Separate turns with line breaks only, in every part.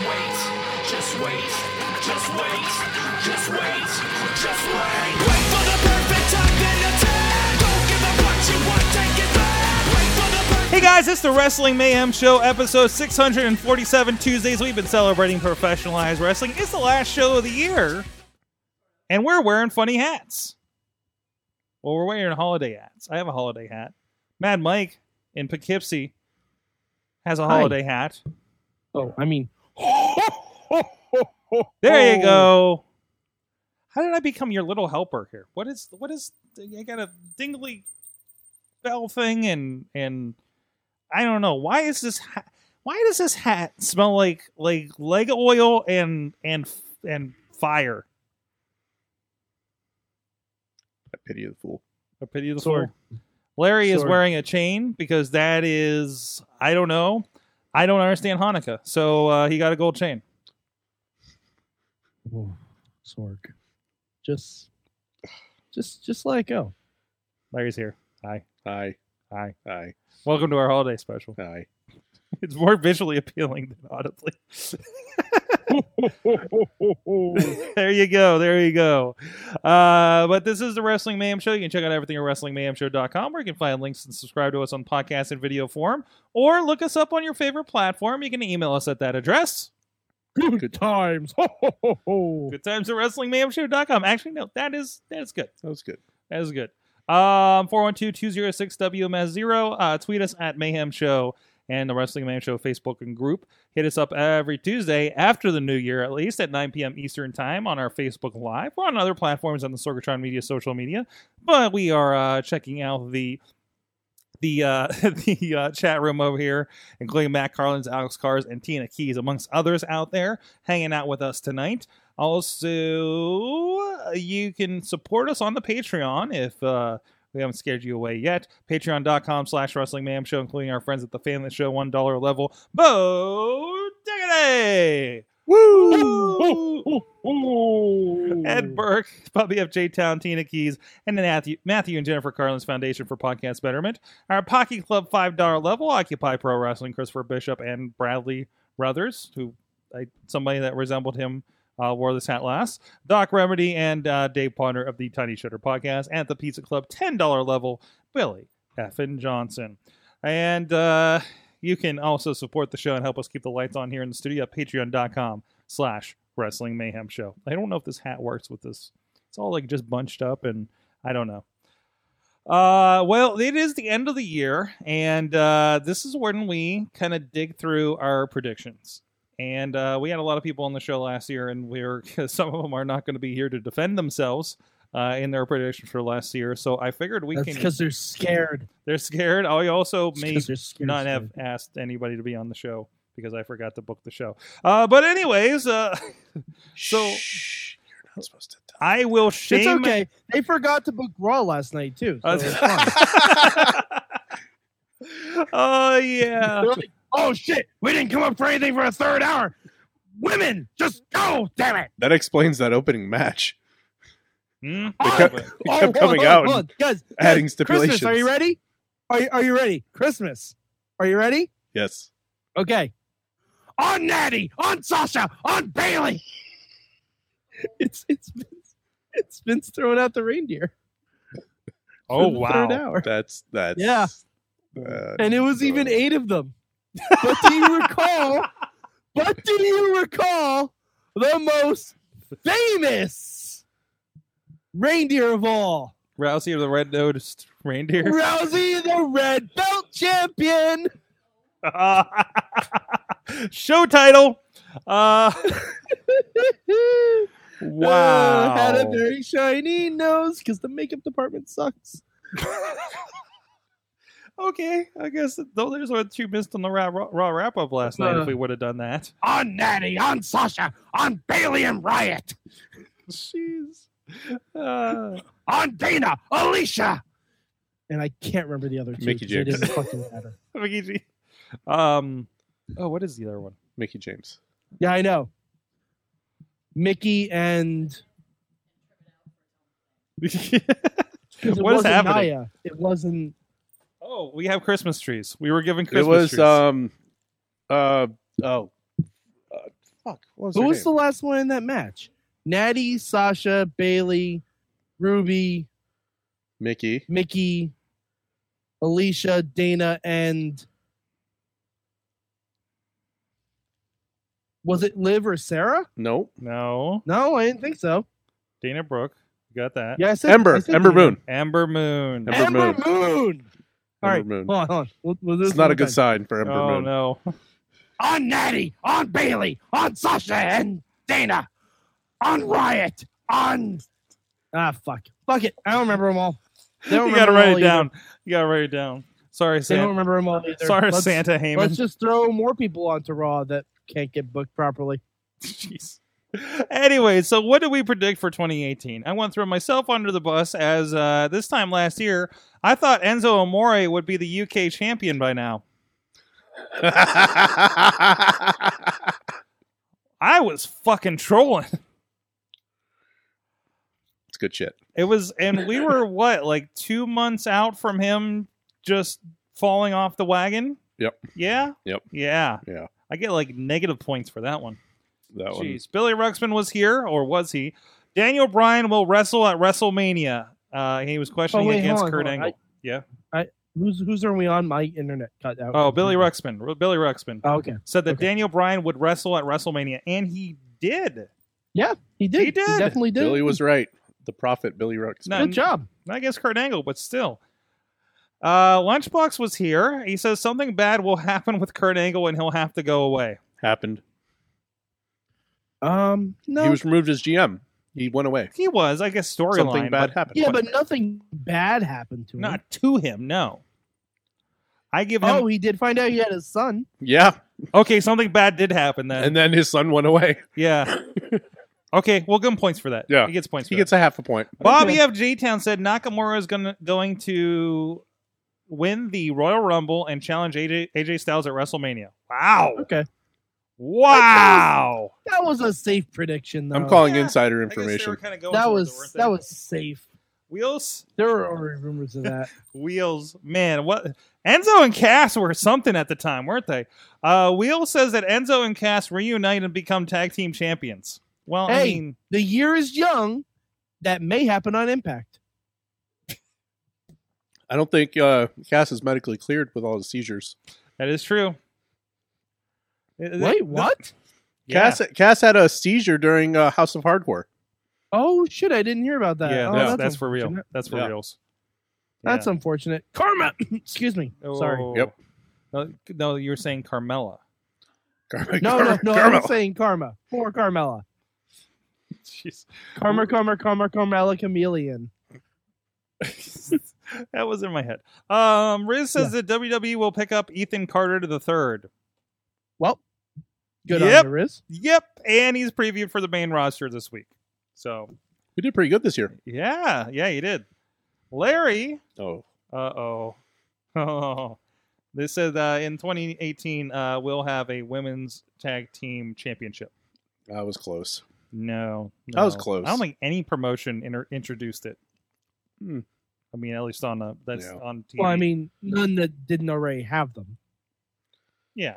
wait, just wait, just wait, just wait, just wait. Wait for the perfect time then attack. Don't give up what you want, take it back. Wait for the perfect
Hey guys, it's the Wrestling Mayhem Show, episode 647 Tuesdays. We've been celebrating professionalized wrestling. It's the last show of the year, and we're wearing funny hats. Well, we're wearing holiday hats. I have a holiday hat. Mad Mike in Poughkeepsie has a holiday hat.
Oh, I mean,
There you go.
Oh.
How did I become your little helper here? What is what is I got a dingly bell thing and and I don't know why is this ha- why does this hat smell like like leg oil and and and fire?
I pity the fool.
A pity the
Sorry.
fool. Larry is
Sorry.
wearing a chain because that is I don't know. I don't understand Hanukkah, so uh, he got a gold chain.
Whoa, Sorg, just, just, just let it go.
Larry's here. Hi,
Aye,
hi.
aye,
Welcome to our holiday special.
aye.
It's more visually appealing than audibly. Oh. there you go. There you go. Uh, but this is the Wrestling Mayhem Show. You can check out everything at WrestlingMayhemShow.com where you can find links and subscribe to us on podcast and video form or look us up on your favorite platform. You can email us at that address.
Good times. Ho, ho, ho, ho.
Good times at WrestlingMayhemShow.com. Actually, no, that is that is good.
That was good.
That is good. Um, 412-206-WMS0. Uh, tweet us at Mayhem Show and the Wrestling Mayhem Show Facebook and group. Hit us up every Tuesday after the new year, at least at 9 p.m. Eastern time on our Facebook Live. We're on other platforms on the Sorgatron Media social media, but we are uh, checking out the the uh, the uh, chat room over here, including Matt Carlins, Alex Cars, and Tina Keys, amongst others out there, hanging out with us tonight. Also, you can support us on the Patreon if uh, we haven't scared you away yet. Patreon.com slash Wrestling Mayhem Show, including our friends at the Family Show $1 level. Bo Diggity! Woo!
Ho, ho.
Ed Burke, Bobby F. J. Town, Tina Keys, and the Matthew, Matthew and Jennifer Carlin's Foundation for Podcast Betterment. Our Pocky Club $5 level, Occupy Pro Wrestling, Christopher Bishop, and Bradley Brothers, who I, somebody that resembled him uh, wore this hat last. Doc Remedy and uh, Dave Potter of the Tiny Shutter Podcast. And at the Pizza Club $10 level, Billy Effin Johnson. And uh, you can also support the show and help us keep the lights on here in the studio at patreon.com slash wrestling mayhem show. I don't know if this hat works with this. It's all like just bunched up and I don't know. Uh, well, it is the end of the year, and uh, this is when we kind of dig through our predictions. And uh, we had a lot of people on the show last year, and we are some of them are not going to be here to defend themselves uh, in their predictions for last year. So I figured we
That's
can
because they're scared.
they're scared. I also
It's
may
'cause they're scared.
not have asked anybody to be on the show because I forgot to book the show. Uh, but anyways, uh, So-
Shh, you're not supposed to tell.
I will
It's
shame.
okay. They forgot to book Raw last night too. so
Uh,
it's fine.
Oh yeah.
They're like, oh shit, we didn't come up for anything for a third hour. Women, just go, damn it.
That explains that opening match.
Hmm?
They
Oh,
kept, they
Oh,
kept
hold on,
coming
hold on,
out
hold
and
on. guys. guys,
adding
Christmas,
stipulations.
are you ready? Are you, are you ready? Christmas, are you ready?
Yes.
Okay. On Natty, on Sasha, on Bailey. It's it's Vince, it's Vince throwing out the reindeer. for
Oh
the
wow.
Third hour.
That's that's
Yeah.
uh,
And it was even
uh,
eight of them. But do you recall? but do you recall the most famous reindeer of all?
Rousey of the red nosed reindeer.
Rousey the Red Belt Champion.
show title. Uh,
Uh,
wow.
had a very shiny nose because the makeup department sucks.
okay, I guess those are the two missed on the Raw, raw wrap up last night.
Uh.
If we would have done that,
on Natty, on Sasha, on Bailey and Riot,
jeez. Uh,
on Dana, Alicia. And I can't remember the other two.
Mickey
'cause they
James.
didn't fucking matter.
Mickey G. um, oh, what is the other one?
Mickey James.
Yeah, I know. Mickey and
What
it
is
wasn't
happening?
Naya. It wasn't.
oh, we have Christmas trees. We were given
It
Christmas
was
trees.
um uh oh uh, fuck. What was,
Who
her
was
name?
the last one in that match? Natty, Sasha, Bailey, Ruby,
Mickey?
Mickey, Alicia, Dana, and was it Liv or Sarah?
Nope.
no
No, I didn't think so.
Dana Brooke. You got that?
Yeah, I said I
Ember.
said
Ember
Dana.
Moon.
Amber Moon.
Ember
Ember,
Moon.
Moon. All right,
Ember Moon.
hold on, hold on. We'll- we'll do
It's
this
not a
one
good
time.
sign for Ember
Oh
Moon.
no!
on Natty, on Bailey, on Sasha and Dana, on Riot, on ah fuck, fuck it. I don't remember them all. They don't
You gotta
remember
write
all
it down.
either.
You gotta write it down. Sorry,
They don't
Santa.
remember them all either.
Sorry,
let's,
Santa Heyman.
Let's just throw more people onto Raw that can't get booked properly.
Jeez. Anyway, so what did we predict for 2018? I went through myself under the bus as uh, this time last year, I thought Enzo Amore would be the UK champion by now. I was fucking trolling.
it's good shit.
It was, and we were what, like two months out from him just falling off the wagon?
Yep.
Yeah?
Yep.
Yeah.
Yeah.
I get like negative points for that one.
That one.
Jeez. Billy Ruxpin was here, or was he? Daniel Bryan will wrestle at WrestleMania. Uh, he was questioning
Oh, wait,
against
hold on,
Kurt
hold on.
Angle.
Who's who's are we on? My internet cut out.
Oh, Billy Ruxpin. R- Billy Ruxpin
Oh, okay,
said that
okay.
Daniel Bryan would wrestle at WrestleMania, and he did.
he did.
He did.
definitely did.
Billy was right. The prophet Billy Rooks.
No.
Good job.
Not against Kurt Angle, but still. Uh, Lunchbox was here. He says something bad will happen with Kurt Angle, and he'll have to go away.
Happened.
Um, no,
He was removed as GM. He went away.
He was, I guess,
Something
storyline,
bad
but
happened.
yeah, but nothing bad happened to him.
not to him. No, I give him.
oh, he did find out he had a son.
Yeah.
Okay, something bad did happen then.
And then his son went away.
Yeah. okay, we'll give him points for that.
Yeah.
he gets points.
He
for
gets a half a point.
that. Bobby
Okay.
of J Town said Nakamura is gonna going to win the Royal Rumble and challenge AJ, AJ Styles at WrestleMania. Wow!
Okay,
Wow!
that was a safe prediction. Though.
I'm calling
Yeah,
insider
I guess they were
information.
kinda going
that
for it,
was
though, weren't they?
that was safe.
wheels.
There were already rumors of that.
Wheels, man, what Enzo and Cass were something at the time, weren't they? Uh, Wheels says that Enzo and Cass reunite and become tag team champions. Well, I
Hey.
mean,
the year is young. That may happen on Impact.
I don't think uh, Cass is medically cleared with all his seizures.
that is true. Th-
Wait, what?
Yeah.
Cass Cass had a seizure during uh, House of Hardcore.
Oh shit! I didn't hear about that.
yeah,
Oh,
that's, that's for real.
unfortunate.
That's for
Yeah.
reals.
That's unfortunate. Karma. Excuse me. Sorry.
Oh.
Yep.
No, no, you were saying Carmella.
Karma,
No, no,
karma,
no.
karma.
I'm saying karma. Poor Carmella.
Jeez.
Karma, karma, karma, Carmella chameleon.
that was in my head. Um, Riz says
Yeah.
that WWE will pick up Ethan Carter to the third.
Well, good
Yep.
on you, Riz.
Yep, and he's previewed for the main roster this week. So
We did pretty good this year.
yeah, yeah, he did. Larry,
Oh,
uh oh, oh, this said uh, in 2018 uh, we'll have a women's tag team championship.
that was close.
No,
That was
no.
close.
I don't think any promotion inter- introduced it.
Hmm.
I mean, at least on uh, that's
Yeah.
on TV.
Well, I mean, none that didn't already have them.
yeah.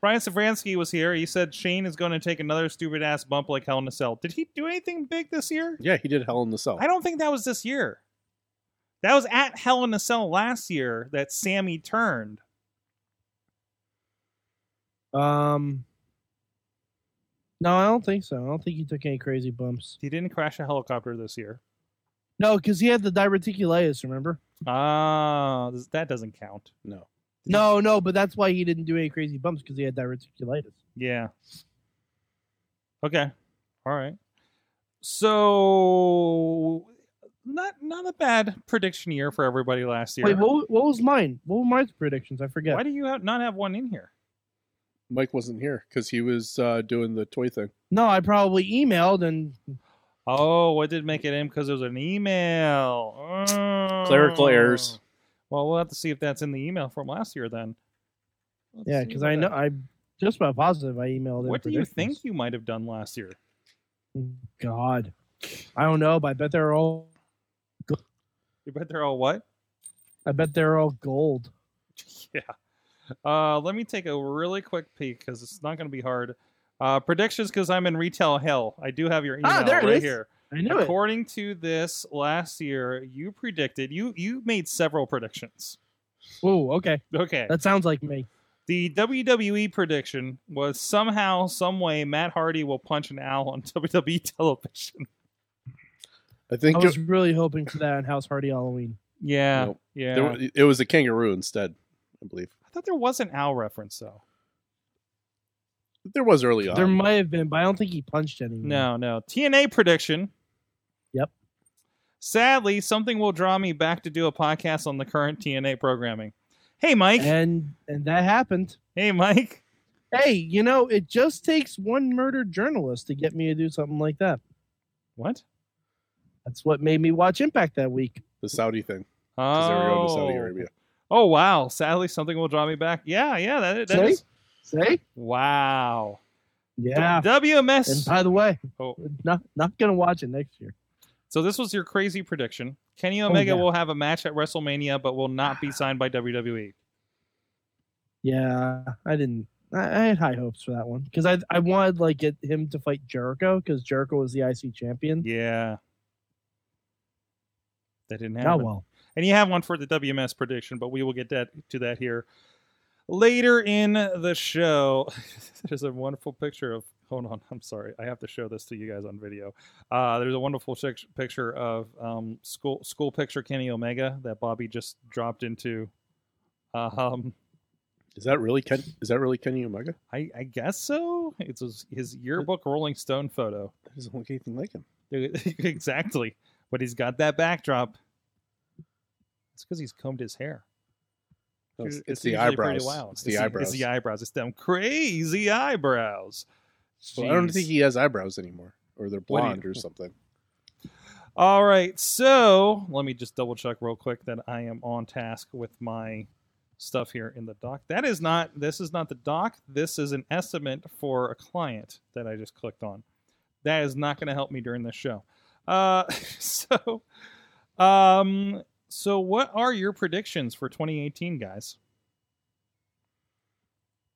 Brian Safransky was here. He said Shane is going to take another stupid ass bump like Hell in a Cell. Did he do anything big this year?
Yeah, he did Hell in the Cell.
I don't think that was this year. That was at Hell in a Cell last year that Sammy turned.
Um, no, I don't think so. I don't think he took any crazy bumps.
He didn't crash a helicopter this year.
No, because he had the diverticulitis. Remember?
Ah, this- that doesn't count.
No.
No, no, but that's why he didn't do any crazy bumps because he had diverticulitis.
Yeah. Okay. All right. So not not a bad prediction year for everybody last year.
Wait, what, what was mine? What were my predictions? I forget.
Why do you have, not have one in here?
Mike wasn't here because he was uh, doing the toy thing.
No, I probably emailed and
Oh, what did make it in because it was an email. Oh.
Clerical errors.
Well, we'll have to see if that's in the email from last year then. Let's
yeah,
see
because
what
I know
that-
I just about positive I emailed. in
What do you think
predictions.
you might have done last year?
God, I don't know, but I bet they're all.
You bet they're all what?
I bet they're all gold.
yeah. Uh, let me take a really quick peek because it's not going to be hard. Uh, predictions because I'm in retail hell. I do have your email
Ah, there it
right
is.
here.
I knew it.
According to this, last year you predicted you you made several predictions.
Whoa, okay,
Okay.
that sounds like me.
The WWE prediction was somehow, some way, Matt Hardy will punch an owl on WWE television.
I
I
think
was
it,
really hoping for that on House Hardy Halloween.
Yeah,
Nope.
yeah.
there, wa- it was a kangaroo instead, I believe.
I thought there was an owl reference though.
There was early on.
There might have been, but I don't think he punched anyone.
No, no. TNA prediction.
Hmm. Yep.
Sadly, something will draw me back to do a podcast on the current TNA programming. Hey, Mike.
and and that happened.
hey, Mike.
Hey, you know, it just takes one murdered journalist to get me to do something like that.
What?
That's what made me watch Impact that week.
the Saudi thing. 'cause they were going to Saudi
Oh.
Arabia.
oh, wow. Sadly, something will draw me back. Yeah, yeah. That, that
See?
is.
Say,
Wow.
yeah. And
WMS.
by the way,
Oh.
not not gonna watch it next year.
So this was your crazy prediction. Kenny Omega
Oh, yeah.
will have a match at WrestleMania, but will not be signed by E. WWE.
Yeah, I didn't. I, I had high hopes for that one because I I wanted like it, him to fight Jericho because Jericho was the IC champion.
Yeah. That didn't happen.
Oh well.
And you have one for the WMS prediction, but we will get that to that here later in the show. there's a wonderful picture of. Hold on, I'm sorry. I have to show this to you guys on video. Uh, there's a wonderful shic- picture of um, school school picture Kenny Omega that Bobby just dropped into. Um,
Is that really Ken? Is that really Kenny Omega?
I, I guess so. It's his, his yearbook Rolling Stone photo.
That doesn't look anything like him.
exactly. But he's got that backdrop. It's because he's combed his hair.
No, Oh, It's, it's the
usually pretty
eyebrows.
wild.
It's the eyebrows.
It's the eyebrows. It's them crazy eyebrows.
Well, I don't
Jeez.
think he has eyebrows anymore, or they're
What do you-
blonde or something.
All right, so let me just double check real quick that I am on task with my stuff here in the doc. That is not. This is not the doc. This is an estimate for a client that I just clicked on. That is not going to help me during this show. Uh, so, um, so what are your predictions for 2018, guys?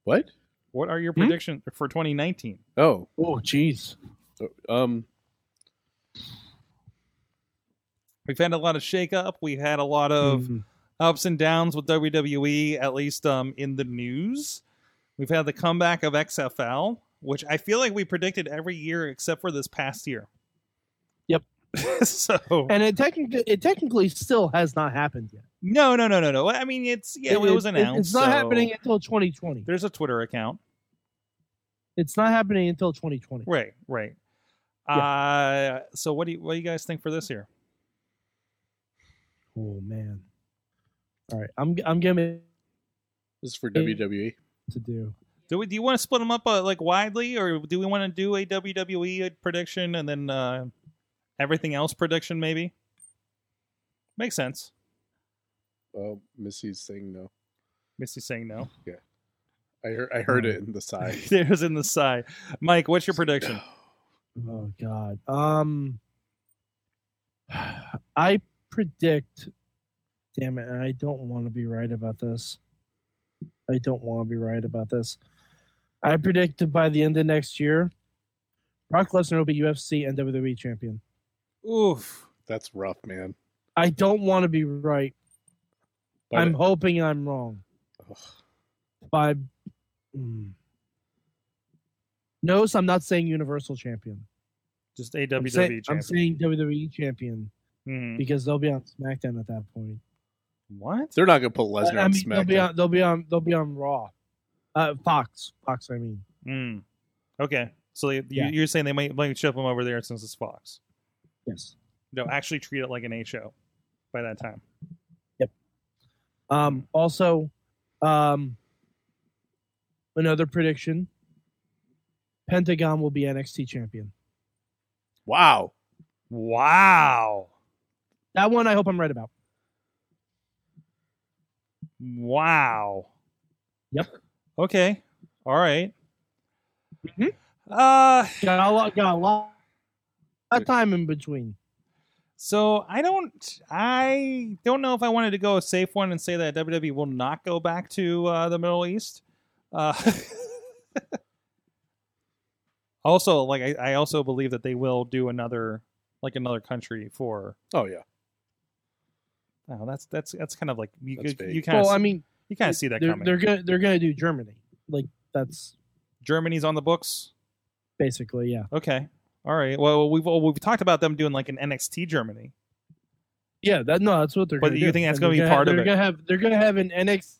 What?
What are your
Hmm?
predictions for 2019?
Oh,
Oh jeez.
um,
We've had a lot of shakeup. We've had a lot of
Mm-hmm.
ups and downs with WWE, at least um, in the news. We've had the comeback of XFL, which I feel like we predicted every year except for this past year.
Yep.
so
and it technically it technically still has not happened yet.
no, no, no, no, no. I mean, it's yeah, it, was announced.
it's not
so-
happening until 2020.
There's a Twitter account.
It's not happening until 2020.
Right, right.
Yeah.
Uh, so what do you what do you guys think for this year?
Oh man. All right, I'm I'm gonna
this is for E. WWE.
to do.
Do we do you want to split them up uh, like widely, or do we want to do a WWE uh, prediction and then uh, everything else prediction? Maybe makes sense.
Oh, Missy's saying no.
Missy's saying no.
I heard, I heard it in the side.
There's in the sigh. Mike, what's your prediction?
Oh God. Um, I predict. Damn it! I don't want to be right about this. I don't want to be right about this. I predict that by the end of next year, Brock Lesnar will be UFC and WWE champion.
Oof.
That's rough, man.
I don't want to be right.
But
I'm hoping I'm wrong.
ugh,
By mm. notice, I'm not saying Universal champion.
Just a
E
I'm
WWE
say-
champion.
I'm saying WWE champion
Mm-hmm.
Mhm.
because they'll be on SmackDown at that point.
What?
they're not gonna put Lesnar
I
on
mean, they'll be
SmackDown.
on. They'll be on. They'll be on Raw. Uh, Fox. Fox. I mean,
Mm. Okay. So they, you,
Yeah.
you're saying they might, might ship him over there since it's Fox.
yes.
you know, actually treat it like an A show by that time.
Um, also, um, another prediction: Pentagon will be NXT champion.
Wow.
Wow.
That one, I hope I'm right about.
Wow.
Yep.
Okay. All right.
Mhm.
Uh
Got a lot. Got a lot. Of time in between.
so I don't I don't know if I wanted to go a safe one and say that WWE will not go back to uh, the Middle East. Uh Also, like I, I also believe that they will do another like another country for
Oh yeah.
oh that's that's that's kind of like you
That's
you,
vague.
kind of
well, I mean,
you kind of see that
they're,
coming.
they're gonna they're gonna do Germany. Like that's
Germany's on the books.
basically yeah.
Okay. All right. Well, we've well, we've talked about them doing like an NXT Germany.
Yeah, that no, that's what they're.
But
gonna
you
do.
think that's
And
gonna
they're
be part of
they're
it?
Gonna have, they're gonna have an NXT.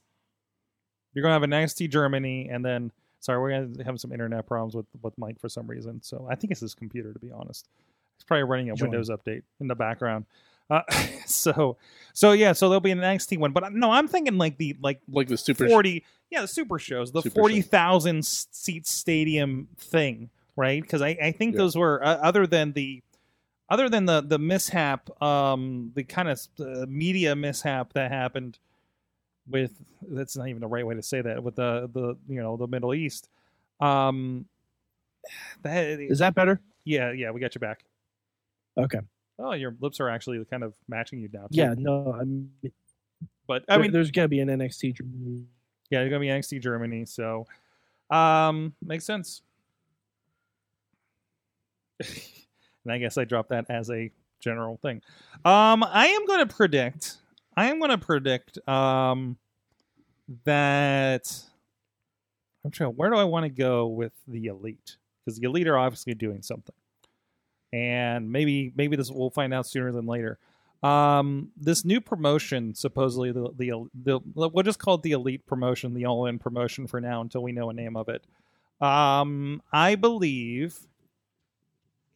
You're gonna have an NXT Germany, and then sorry, we're gonna have some internet problems with with Mike for some reason. So I think it's his computer, to be honest. It's probably running a
Join.
Windows update in the background. Uh, so so yeah, so there'll be an NXT one. But uh, no, I'm thinking like the like
Like the super.
forty yeah the super shows the
Super show.
forty thousand s- seat stadium thing right because I, I think
Yeah.
those were uh, other than the other than the the mishap um the kind of uh, media mishap that happened with that's not even the right way to say that with the the you know the Middle East um that
Is that better?
yeah yeah we got your back
Okay.
oh your lips are actually kind of matching you now too.
Yeah. No. I'm.
but I
I
mean
mean, there's gonna be an NXT. Germany.
Yeah, it's gonna be NXT Germany, so um makes sense. and I guess I dropped that as a general thing. Um I am gonna predict I am gonna predict um that I'm trying where do I want to go with the elite? Because the elite are obviously doing something. And maybe maybe this we'll find out sooner than later um this new promotion supposedly the, the the we'll just call it the elite promotion the all-in promotion for now until we know a name of it um i believe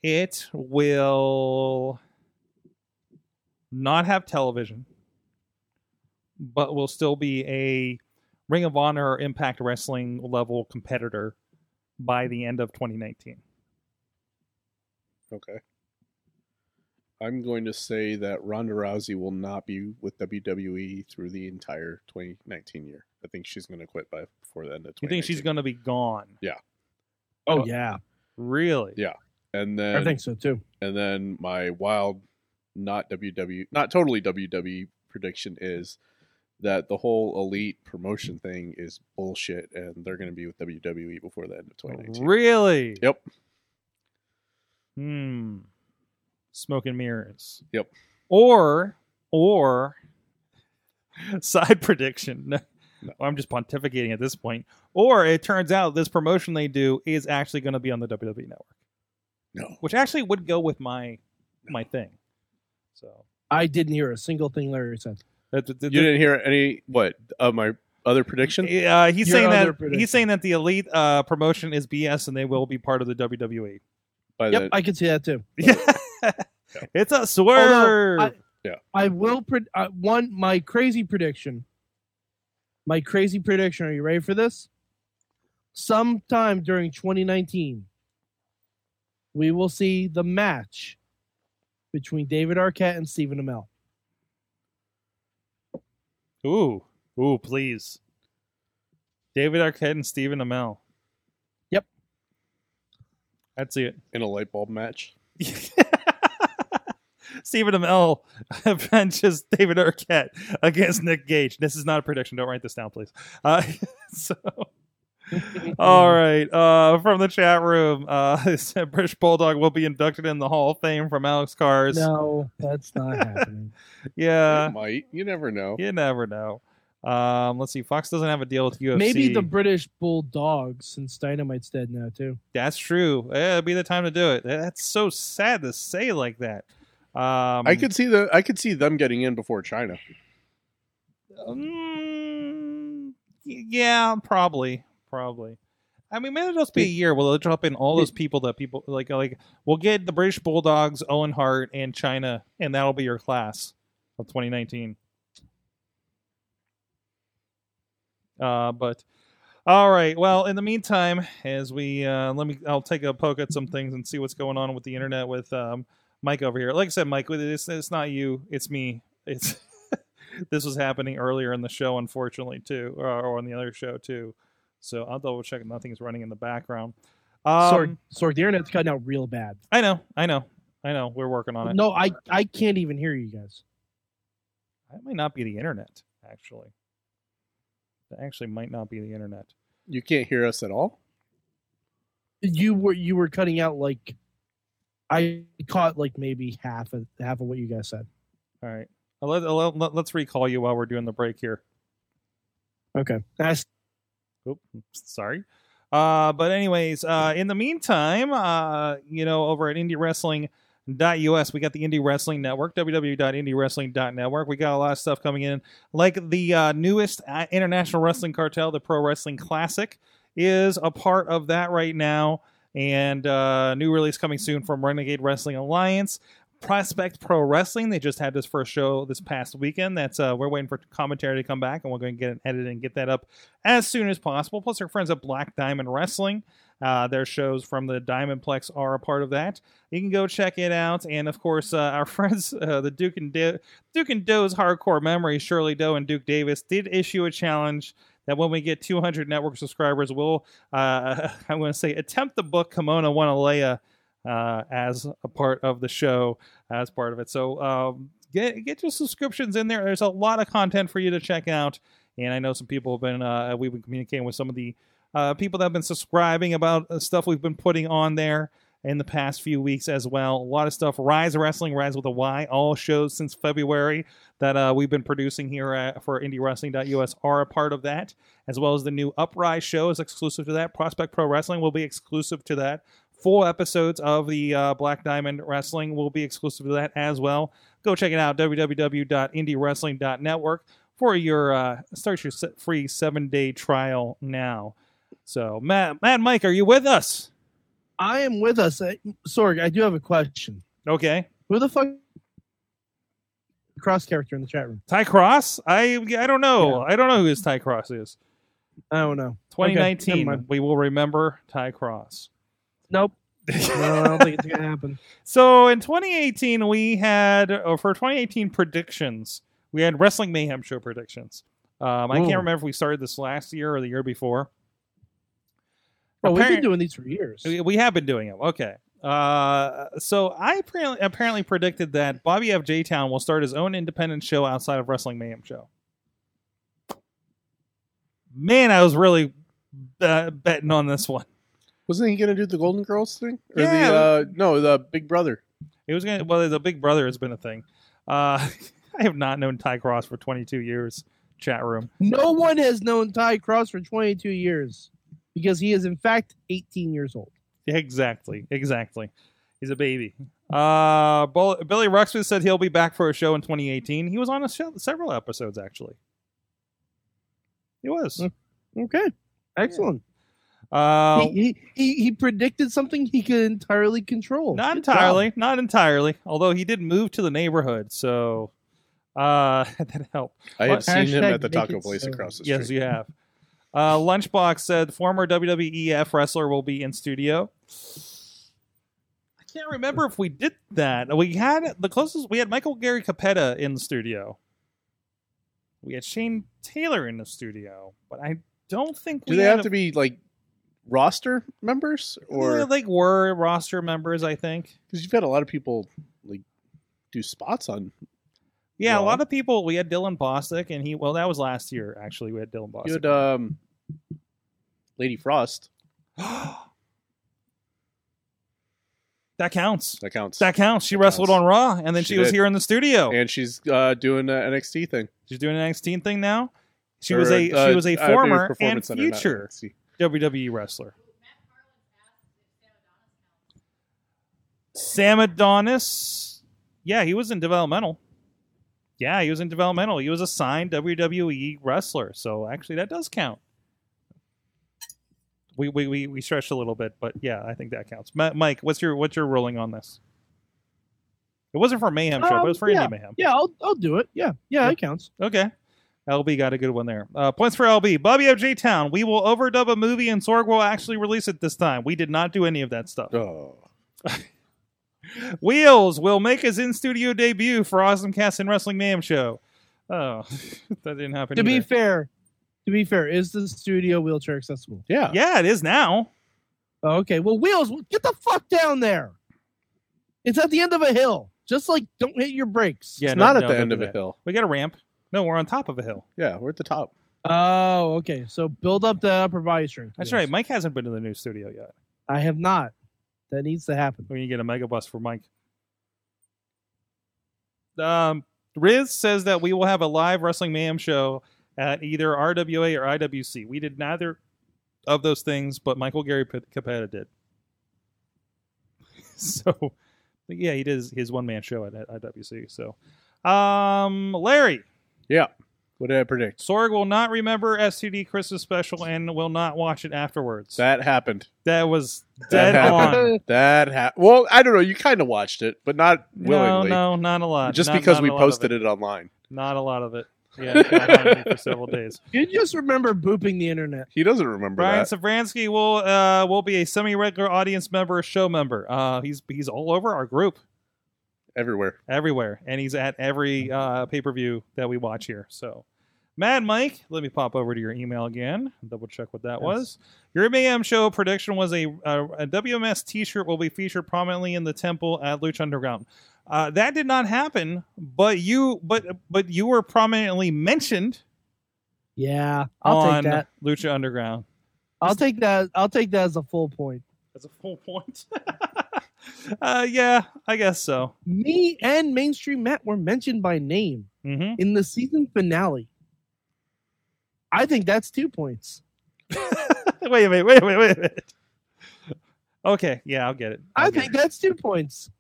it will not have television but will still be a ring of honor or impact wrestling level competitor by the end of 2019
Okay. I'm going to say that Ronda Rousey will not be with WWE through the entire 2019 year. I think she's going to quit by before the end of.
you think she's
2019.
going to be gone
Oh yeah,
really
Yeah. And then
I think so too.
And then my wild, not WW, not totally WWE prediction is that the whole elite promotion thing is bullshit, and they're going to be with WWE before the end of 2019.
Really?
Yep.
Hmm. Smoke and mirrors.
Yep.
Or or side prediction. No,
No.
I'm just pontificating at this point. Or it turns out this promotion they do is actually going to be on the WWE network,
No,
which actually would go with my my thing. So
I didn't hear a single thing Larry said.
that, that- that-
you didn't hear any what of my other prediction?
uh, he's
Your
saying
other
that
prediction.
he's saying that the elite uh, promotion is BS and they will be part of the E. WWE.
By
Yep,
the,
I could see that too.
it's a swerve.
I-
Yeah.
I will pred- uh, one my crazy prediction. My crazy prediction. Are you ready for this? Sometime during 2019, we will see the match between David Arquette and Stephen Amell.
Ooh, ooh, please. David Arquette and Stephen Amell.
Yep.
I'd see it.
in a light bulb match.
Stephen Amell avenges David Arquette against Nick Gage. This is not a prediction. Don't write this down, please. Uh, so, all right. Uh, from the chat room, uh, British Bulldog will be inducted in the Hall of Fame from Alex Cars.
No, that's not happening.
Yeah,
Uh,
it might you never know?
you never know. Um, let's see. Fox doesn't have a deal with UFC.
Maybe the British Bulldogs since Dynamite's dead now too.
That's true. Yeah, it'd be the time to do it. That- That's so sad to say like that. Um,
I could see the I could see them getting in before China.
mm, Um, y- yeah, probably, probably. I mean, maybe it'll just be a year. where they'll drop in all those people that people like. Like, we'll get the British Bulldogs, Owen Hart, and China, and that'll be your class of 2019. Uh, but all right. Well, in the meantime, as we uh, let me, I'll take a poke at some things and see what's going on with the internet with um, Mike over here. Like I said, Mike, it's, it's not you, it's me. It's this was happening earlier in the show, unfortunately, too, or, or on the other show too. So I'll double check if nothing's running in the background. Um,
Sorg, Sorg, the internet's cutting out real bad.
I know, I know, I know. We're working on it.
No, I I can't even hear you guys.
that might not be the internet. Actually, that actually might not be the internet.
You can't hear us at all.
You were you were cutting out like I caught like maybe half of half of what you guys said.
All right, I'll let, I'll let- let's recall you while we're doing the break here.
Okay. That's
Oop, sorry. Uh, but anyways, uh, in the meantime, uh, you know, over at indie wrestling us we got the indie wrestling network www.indiewrestling.network we got a lot of stuff coming in like the uh, newest uh, international wrestling cartel the pro wrestling classic is a part of that right now and uh, new release coming soon from renegade wrestling alliance prospect pro wrestling they just had this first show this past weekend that's uh, we're waiting for commentary to come back and we're going to get it edited and get that up as soon as possible. Plus, our friends at Black Diamond Wrestling, uh, their shows from the Diamond Plex are a part of that. You can go check it out, and of course, uh, our friends, uh, the Duke and Do- Duke and Doe's hardcore memory, Shirley Doe and Duke Davis, did issue a challenge that when we get 200 network subscribers, we'll uh, I'm going to say attempt the book Kimono Wanalea. Uh, as a part of the show, as part of it, so um, get get your subscriptions in there. There's a lot of content for you to check out and I know some people have been uh, we've been communicating with some of the uh, people that have been subscribing about uh, stuff we've been putting on there in the past few weeks as well. A lot of stuff. Rise Wrestling, Rise with a Y, all shows since February that uh, we've been producing here at, for IndieWrestling.us are a part of that, as well as the new Uprise show is exclusive to that. Prospect Pro Wrestling will be exclusive to that. Full episodes of the uh, Black Diamond Wrestling will be exclusive to that as well. Go check it out, www.indiewrestling.network for your uh, start your se- free seven day trial now. So, Matt, Matt, Mike, are you with us?
I am with us. I, Sorg, I do have a question.
Okay,
Who the fuck cross character in the chat room?
Ty Cross. I I don't know. I don't know who this Ty Cross is.
I don't know. Okay, never
2019.
mind.
we will remember Ty Cross.
Nope. no, I don't think it's gonna happen.
So in 2018, we had oh, for 2018 predictions, we had Wrestling Mayhem show predictions. Um, I
Ooh.
can't remember if we started this last year or the year before.
Oh, we've
Apparent-
been doing these for years.
We we have been doing them. Okay. Uh, so I apparently, apparently predicted that Bobby F. J. Town will start his own independent show outside of Wrestling Mayhem Show. Man, I was really uh, betting on this one.
Wasn't he going to do the Golden Girls thing? Or
Yeah.
the uh, no, the Big Brother.
It was gonna. Well, the Big Brother has been a thing. Uh, I have not known Ty Cross for 22 years. Chat room.
No one has known Ty Cross for 22 years because he is, in fact, 18 years old.
Exactly. Exactly. He's a baby. Uh, Bull- Billy Ruxpin said he'll be back for a show in 2018. He was on a show, several episodes actually. He was.
Hmm. Okay. Excellent.
Uh,
He, he, he, he predicted something he could entirely control.
not
Good job.
entirely. Not entirely. Although he did move to the neighborhood, so uh, that helped.
I
Well,
have seen him
hashtag
at the
make
taco
it
place
so.
across the street.
Yes, you have. Uh, Lunchbox said former WWEF wrestler will be in studio. I can't remember if we did that. We had the closest. We had Michael Gary Capetta in the studio. We had Shane Taylor in the studio, but I don't think
Do
we
they
had
have
a-
to be like roster members,
Yeah,
or
like were roster members? I think.
because you've had a lot of people like do spots on?
Yeah, a
Well-
lot of people. We had Dylan Bostic, and he. Well, that was last year. Actually, we had Dylan
You had
Bostic.
um, Lady Frost. uh,
that counts.
That counts.
That counts. She
That
wrestled
counts.
on Raw, and then she,
She
was
did.
here in the studio.
and she's uh, doing an NXT thing.
She's doing an NXT thing now. She
Or,
was a
uh,
she was a
uh, maybe
former and
Performance Center, not
future
NXT.
WWE E wrestler. Sam Adonis. Yeah, he was in developmental. Yeah, he was in developmental. He was a E signed WWE wrestler. So actually, that does count. we, we we we stretched a little bit, but yeah, I think that counts. Ma- Mike, what's your what's your ruling on this? It wasn't for Mayhem show, but it
Um,
was for Indie Mayhem.
Yeah, I'll I'll do it. Yeah, yeah, it counts.
Okay. LB got a good one there. Uh, points for LB. Bobby FJ Town. We will overdub a movie and Sorg will actually release it this time. We did not do any of that stuff.
Oh,
Wheels will make his in studio debut for Awesome Cast and Wrestling Mayhem Show. Oh, that didn't happen.
To be
either.
fair, to be fair, is the studio wheelchair accessible?
yeah.
yeah, it is now.
Oh, okay. Well, wheels, get the fuck down there. It's at the end of a hill. Just like don't hit your brakes.
Yeah,
It's
no-
not at
no,
the
don't
end
do
of a
that.
hill.
We got a ramp. No, we're on top of a hill.
Yeah, we're at the top.
Oh, okay. So build up the upper body strength.
That's
Yes.
right. Mike hasn't been to the new studio yet.
I have not. That needs to happen.
We need to get a mega bus for Mike. Um, Riz says that we will have a live Wrestling Mayhem show at either RWA or IWC. We did neither of those things, but Michael Gary P- Capetta did. so, but yeah, he did his, his one man show at, at IWC. So, um, Larry
Yeah. What did I predict?
Sorg will not remember STD Christmas special and will not watch it afterwards.
That happened.
that was
That
dead
happened.
on.
That happened. Well, I don't know. You kind of watched it, but not willingly.
No, no, not a lot.
Just
Not-
because
not
we
a lot of
posted it. online.
Not a lot of it. Yeah, it got on me for several days.
You just remember booping the internet.
He doesn't remember
Brian
that.
Savransky will uh, will be a semi regular audience member, show member. Uh, he's he's all over our group,
Everywhere.
everywhere, and he's at every uh, pay per view that we watch here. So, Mad Mike, let me pop over to your email again, double check what that was. Your Mayhem show prediction was a, a, a WMS t shirt will be featured prominently in the temple at Lucha Underground. Uh, that did not happen, but you but but you were prominently mentioned
Yeah, I'll
on
take that.
Lucha Underground.
I'll take that. I'll take that as a full point.
That's a full point. uh, yeah, I guess so.
Me and mainstream Matt were mentioned by name
hmm
in the season finale. I think that's two points.
wait a minute. Wait a minute. Wait a minute. Okay, yeah, I'll get it. I'll
I
give
think that's two points.
it.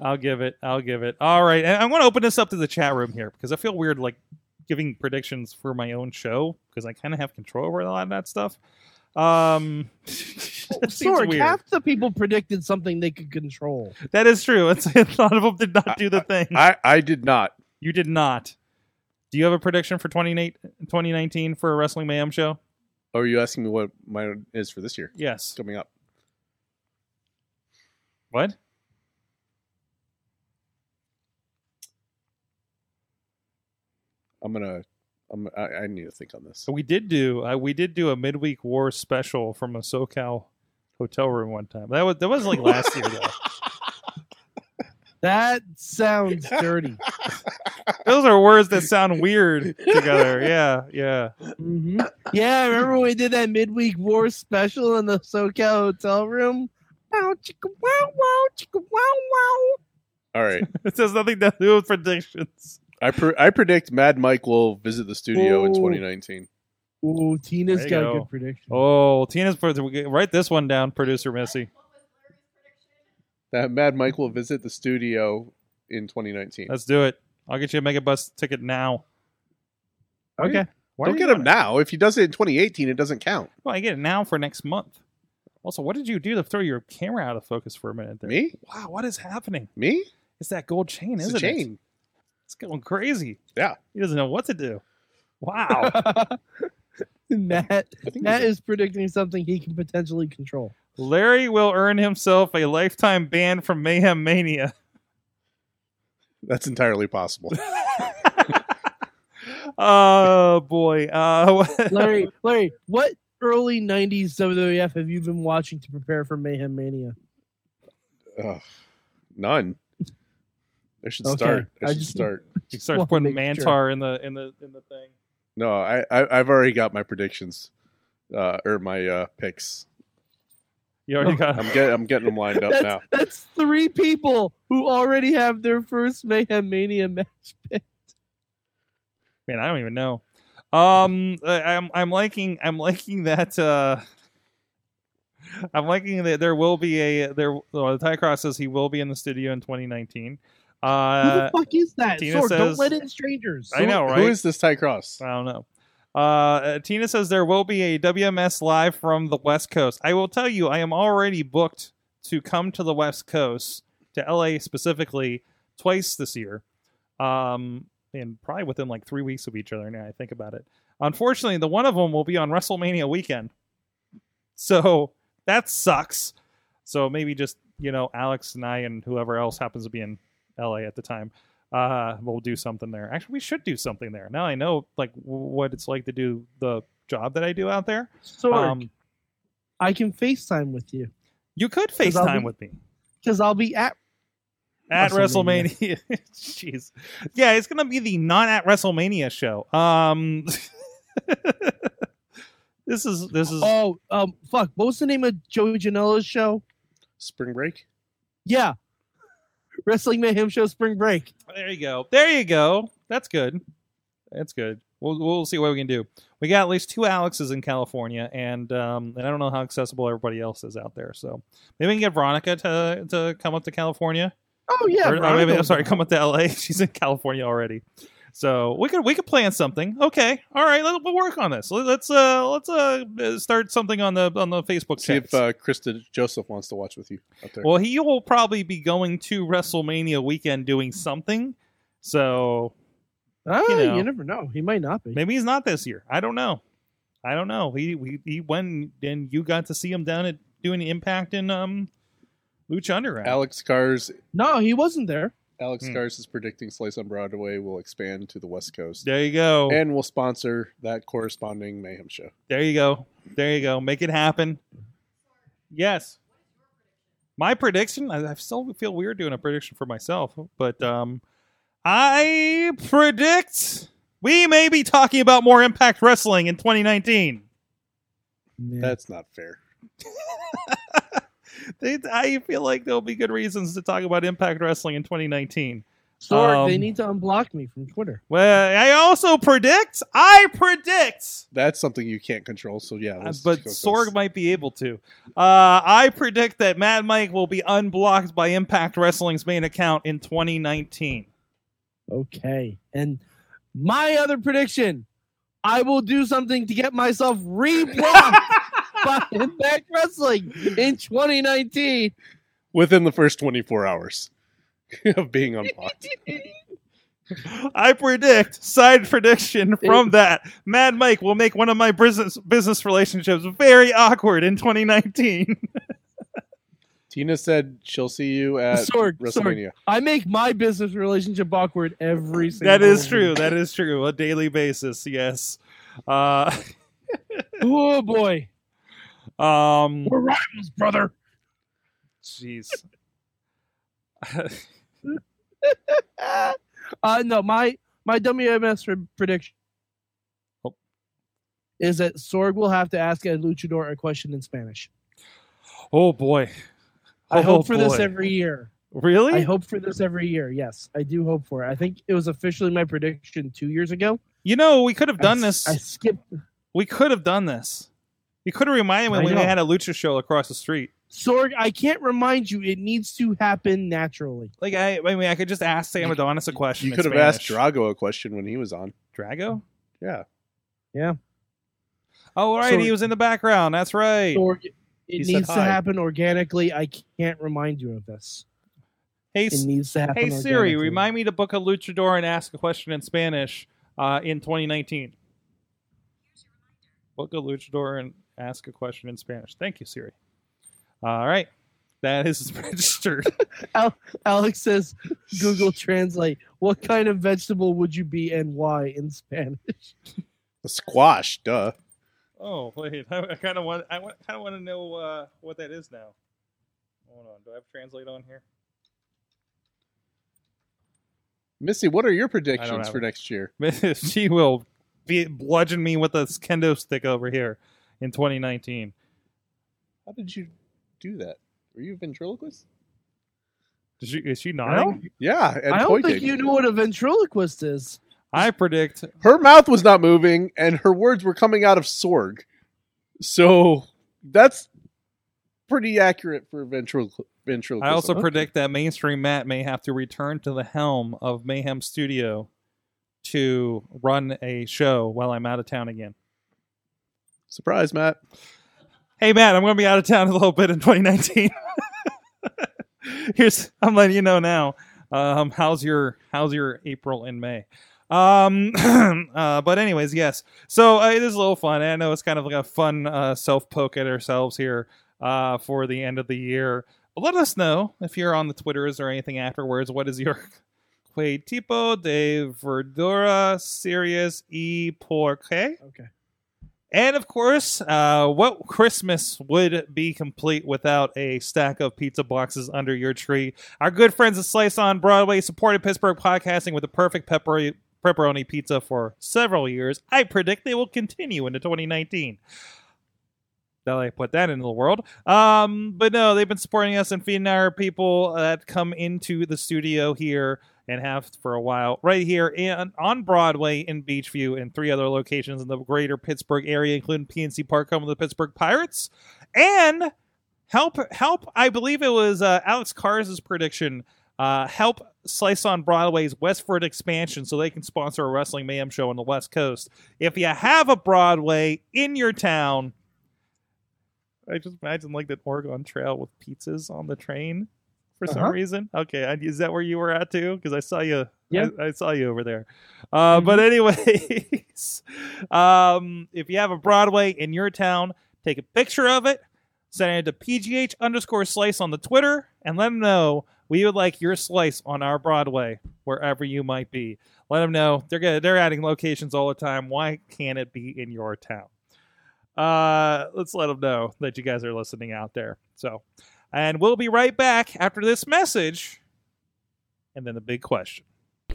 I'll give it. I'll give it. All right, and I want to open this up to the chat room here because I feel weird like giving predictions for my own show because I kind of have control over a lot of that stuff. Um, it seems
Sorg,
weird.
half the people predicted something they could control.
that is true. It's, a lot of them did not do the thing.
I, I did not.
you did not. Do you have a prediction for 28 2019 for a Wrestling Mayhem show?
Oh, are you asking me what mine is for this year?
Yes.
It's coming up.
What?
I'm gonna. I'm. I, I need to think on this.
So we did do uh, we did do a midweek war special from a SoCal hotel room one time. That was that was like last year though.
That sounds dirty.
Those are words that sound weird together. Yeah, yeah.
Mm-hmm.
Mhm. Yeah, remember when we did that midweek war special in the SoCal hotel room? Wow, chicka wow, wow, chicka wow, wow.
All right.
It has nothing to do with predictions.
I pre- I predict Mad Mike will visit the studio in
Ooh.
2019.
Ooh, Tina's
There you
got
go.
a good prediction.
Oh, Tina's write this one down, producer Missy.
That Mad Mike will visit the studio in 2019.
Let's do it. I'll get you a mega bus ticket now.
okay.
Why
Don't
are
get
you
him
doing it?
now. If he does it in 2018, it doesn't count.
Well, I get it now for next month. Also, what did you do to throw your camera out of focus for a minute there?
Me?
Wow, what is happening?
Me?
It's that gold chain,
It's
isn't
a
it?
chain.
It's going crazy.
Yeah.
He doesn't know what to do. Wow.
Matt,
I think
Matt
it's-
is predicting something he can potentially control.
Larry will earn himself a lifetime ban from Mayhem Mania.
that's entirely possible.
oh boy. Uh,
Larry, Larry, what early 90s WWF have you been watching to prepare for Mayhem Mania?
Ugh. None. I should
Okay,
start. I
I
should
just-
start.
he starts
Well,
putting
make
Mantar
sure.
in the in the in the thing.
No, I, I I've already got my predictions, uh, or my uh, picks.
You already got.
I'm getting I'm getting them lined up
that's,
now.
that's three people who already have their first Mayhem Mania match pick.
Man, I don't even know. Um, I- I'm I'm liking I'm liking that. Uh, I'm liking that there will be a there. Well, the Ty Cross says he will be in the studio in 2019.
Who
Uh,
the fuck is that?
Tina
Sorg, don't
says-
let in strangers.
I know,
Who
right?
is this Ty Cross?
I don't know. Uh, uh, Tina says there will be a WMS live from the West Coast. I will tell you, I am already booked to come to the West Coast, to LA specifically, twice this year, um, and probably within like three weeks of each other. Now I think about it. Unfortunately, the one of them will be on WrestleMania weekend, so that sucks. So maybe just you know Alex and I and whoever else happens to be in LA at the time uh we'll do something there actually we should do something there now i know like w- what it's like to do the job that i do out there
So
um
I can FaceTime with you
you could
I'll be
facetime with me
because I'll be at.
at
WrestleMania.
wrestlemania jeez yeah it's gonna be the not at wrestlemania show um this is this is
Oh, um, fuck! What was the name of Joey Janela's show?
Spring break.
Yeah, Wrestling Mayhem Show Spring Break.
There you go. There you go. That's good. That's good. We'll we'll see what we can do. We got at least two Alexes in California, and um, and I don't know how accessible everybody else is out there. So maybe we can get Veronica to to come up to California.
Oh yeah,
Or- or
Veronica
maybe- I'm
was
sorry,
on.
come up to LA. She's in California already. So we could we could plan something. Okay, all right. Let, we'll work on this. Let, us uh let's uh start something on the on the Facebook.
See if
chats.
uh, Krista Joseph wants to watch with you out there.
Well, he will probably be going to WrestleMania weekend doing something. So
Oh,
you
you,
know.
never know. He might not be.
Maybe he's not this year. I don't know. I don't know. He he, he went and you got to see him down at doing Impact in um Lucha Underground.
Alex Cars.
No, he wasn't there.
Alex
Hmm.
Cars is predicting Slice on Broadway will expand to the West Coast
there you go.
and will sponsor that corresponding Mayhem show.
there you go. There you go. Make it happen. Yes. My prediction. I, I still feel weird doing a prediction for myself, but um, I predict we may be talking about more Impact Wrestling in 2019.
That's not fair.
They, I feel like there'll be good reasons to talk about Impact Wrestling in 2019.
Sorg, they
um,
need to unblock me from Twitter.
Well, I also predict. I predict.
That's something you can't control. So yeah,
Uh,
let's
But
go with
Sorg
this.
might be able to. Uh, I predict that Mad Mike will be unblocked by Impact Wrestling's main account in 2019.
Okay. And my other prediction, I will do something to get myself reblocked by Impact Wrestling in 2019.
within the first 24 hours of being unblocked.
I predict side prediction from that Mad Mike will make one of my business business relationships very awkward in 2019.
Tina said she'll see you at
Sorg,
WrestleMania.
I make my business relationship awkward every single
that is
week.
true. That is true. A daily basis. Yes. Uh,
Oh boy.
um.
We're rivals, brother.
Jeez.
Ah. Uh, no, my my WMS re- prediction
Oh.
is that Sorg will have to ask a luchador a question in Spanish.
Oh boy.
I
Oh,
hope for this
boy.
every year.
Really?
I hope for this every year. Yes, I do hope for it. I think it was officially my prediction two years ago.
You know, we could have done
I s-
this.
I skipped.
we could have done this. You could have reminded me
I
when we
know.
had a lucha show across the street.
Sorg, I can't remind you. It needs to happen naturally.
Like I, I mean, I could just ask Sam Adonis a question.
You
in
could have asked
Spanish.
Drago a question when he was on.
Drago.
Yeah.
Oh, all right,
So-
he was in the background. That's right.
Sorg, it
said
needs to
hi.
happen organically. I can't remind you of this.
Hey,
It needs to happen.
hey Siri,
organically.
remind me to book a luchador and ask a question in Spanish uh, in 2019. Book a luchador and ask a question in Spanish. Thank you, Siri. All right, that is registered.
Alex says Google Translate. What kind of vegetable would you be and why in Spanish?
A squash, duh.
Oh wait, I, I kind of want I want, kind of want to know uh, what that is now. Hold on, do I have translate on here?
Missy, what are your
I don't
predictions
have
for
it.
next year?
she will be bludgeon me with a kendo stick over here in 2019.
How did you do that? Were you a ventriloquist?
Is she, is she
I don't,
nodding?
Yeah, and
I don't
pointing.
think you know what a ventriloquist is.
I predict.
Her mouth was not moving, and her words were coming out of Sorg. So that's pretty accurate for ventriloqu- ventriloquism.
I also
Oh, Okay.
predict that mainstream Matt may have to return to the helm of Mayhem Studio to run a show while I'm out of town again.
Surprise, Matt.
Hey Matt, I'm going to be out of town a little bit in 2019. Here's I'm letting you know now. Um, how's your how's your April and May? Um, uh, but anyways, yes. So uh, it is a little fun. I know it's kind of like a fun uh, self poke at ourselves here uh, for the end of the year. Let us know if you're on the Twitters or anything afterwards. What is your que tipo de verdura serious e por qué?
Okay.
And of course, uh, what Christmas would be complete without a stack of pizza boxes under your tree? Our good friends at Slice on Broadway supported Pittsburgh podcasting with the perfect pepperoni, pepperoni pizza for several years. I predict they will continue into 2019. Now I put that into the world. Um, but no, they've been supporting us and feeding our people that come into the studio here and have for a while right here in, on Broadway in Beachview and three other locations in the greater Pittsburgh area, including PNC Park, home of the Pittsburgh Pirates. And help, help, I believe it was uh, Alex Carr's prediction. Uh, help Slice on Broadway's Westford expansion so they can sponsor a Wrestling Mayhem show on the West Coast. If you have a Broadway in your town, I just imagine like that Oregon Trail with pizzas on the train for some
Uh-huh.
reason. Okay, I- is that where you were at too? Because I saw you.
Yeah. Mm-hmm.
I, I saw you over there. Uh, But anyways, um, if you have a Broadway in your town, take a picture of it, send it to pgh underscore slice on the Twitter, and let them know we would like your slice on our Broadway wherever you might be. Let them know they're gonna, they're adding locations all the time. Why can't it be in your town? Uh, let's let them know that you guys are listening out there. So, and we'll be right back after this message, and then the big question.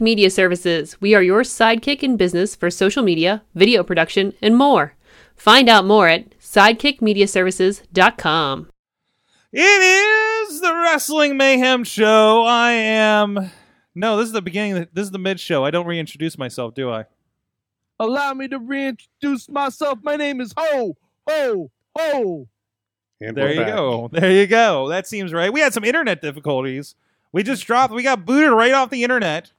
Media Services. We are your sidekick in business for social media, video production, and more. Find out more at sidekickmediaservices.com.
It is the Wrestling Mayhem Show. I am. No, this is the beginning. This is the mid show. I don't reintroduce myself, do I?
Allow me to reintroduce myself. My name is Ho, Ho, Ho.
And
there
we're
you
back.
go. There you go. That seems right. We had some internet difficulties. We just dropped. We got booted right off the internet